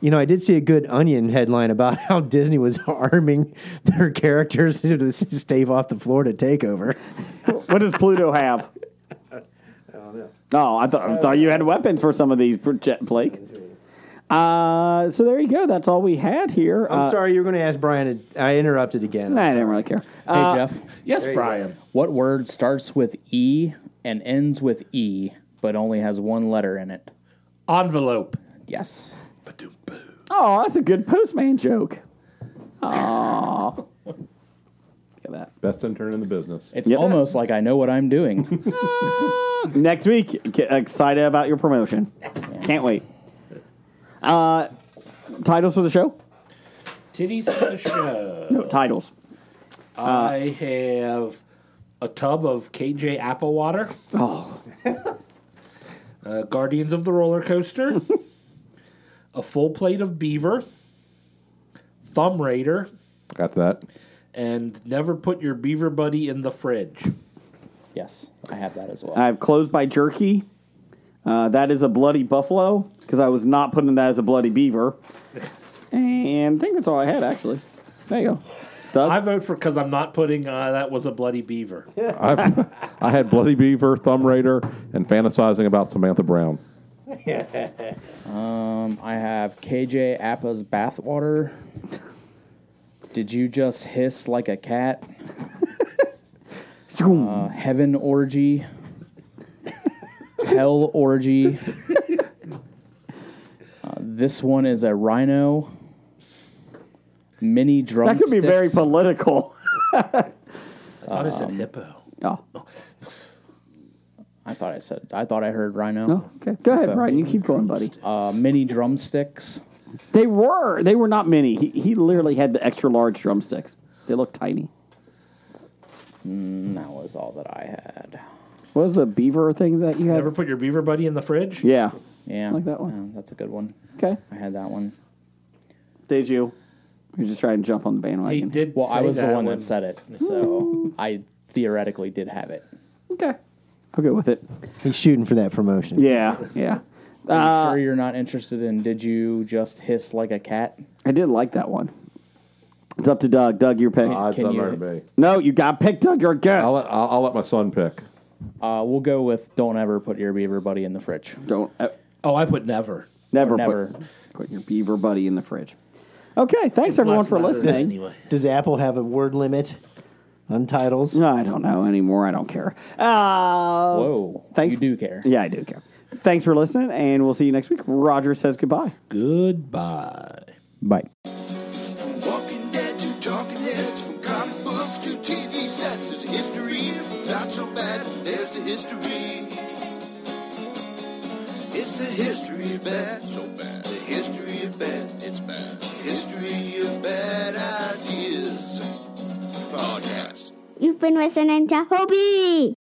you know, I did see a good Onion headline about how Disney was arming their characters to stave off the Florida takeover. What does Pluto have? Oh, I thought, I thought you had weapons for some of these, Jet Blake. Uh, so there you go. That's all we had here. I'm Uh, sorry, you were going to ask Brian. to- I interrupted again. I didn't really care. Hey, Uh, Jeff. Yes, Brian. What word starts with E and ends with E, but only has one letter in it? Envelope. Yes. Oh, that's a good postman joke. Oh, look at Best intern in the business. It's Yep. almost like I know what I'm doing. that. Next week, get excited about your promotion. Can't wait. Uh, titles for the show? Titties for the show. No, titles. I have a tub of KJ Apple Water. Oh. uh, Guardians of the Roller Coaster. a full plate of Beaver. Thumb Raider. Got that. And never put your beaver buddy in the fridge. yes, I have that as well. I've closed by jerky. Uh, that is a bloody buffalo because I was not putting that as a bloody beaver. And I think that's all I had actually. There you go. Doug? I vote for because I'm not putting uh, that was a bloody beaver. I, I had Bloody Beaver, Thumb Raider, and fantasizing about Samantha Brown. Um, I have KJ Appa's bathwater. Did you just hiss like a cat? Uh, heaven orgy. Hell orgy. Uh, this one is a rhino. Mini drum. that could be very political. I thought I said hippo. Oh, I thought I said. I thought I heard rhino. okay. Go ahead, Brian. You keep going, buddy. Uh, mini drumsticks. They were. They were not many. He, he literally had the extra large drumsticks. They look tiny. And that was all that I had. What was the beaver thing that you had? Never put your beaver buddy in the fridge. Yeah. Yeah, Like that one? Uh, that's a good one. Okay. I had that one. Did you? You're just trying to jump on the He bandwagon. did. Well, I say was the that one when- that said it, so I theoretically did have it. Okay. I'll go with it. He's shooting for that promotion. Yeah. Uh, Yeah. Are you sure you're not interested in did you just hiss like a cat? I did like that one. It's up to Doug. Doug, your pick. Odds Can on you- there to be. no, you got picked, Doug. You're a guest. I'll let, I'll, I'll let my son pick. Uh, we'll go with don't ever put your beaver buddy in the fridge. Don't uh, Oh, I put never. never, never. Put, put your beaver buddy in the fridge. Okay, thanks everyone for Matters listening. Anyway. Does Apple have a word limit on titles? No, I don't know anymore. I don't care. Uh, Whoa. thanks. You do care. Yeah, I do care. Thanks for listening, and we'll see you next week. Roger says goodbye. Goodbye. Bye. Walking Dead to Talking Heads, from comic books to TV sets, there's a history. If it's Not so bad, there's the history. It's the history of bad, so bad. The history of bad, it's bad. History of bad ideas. Podcast. You've been listening to Hobie.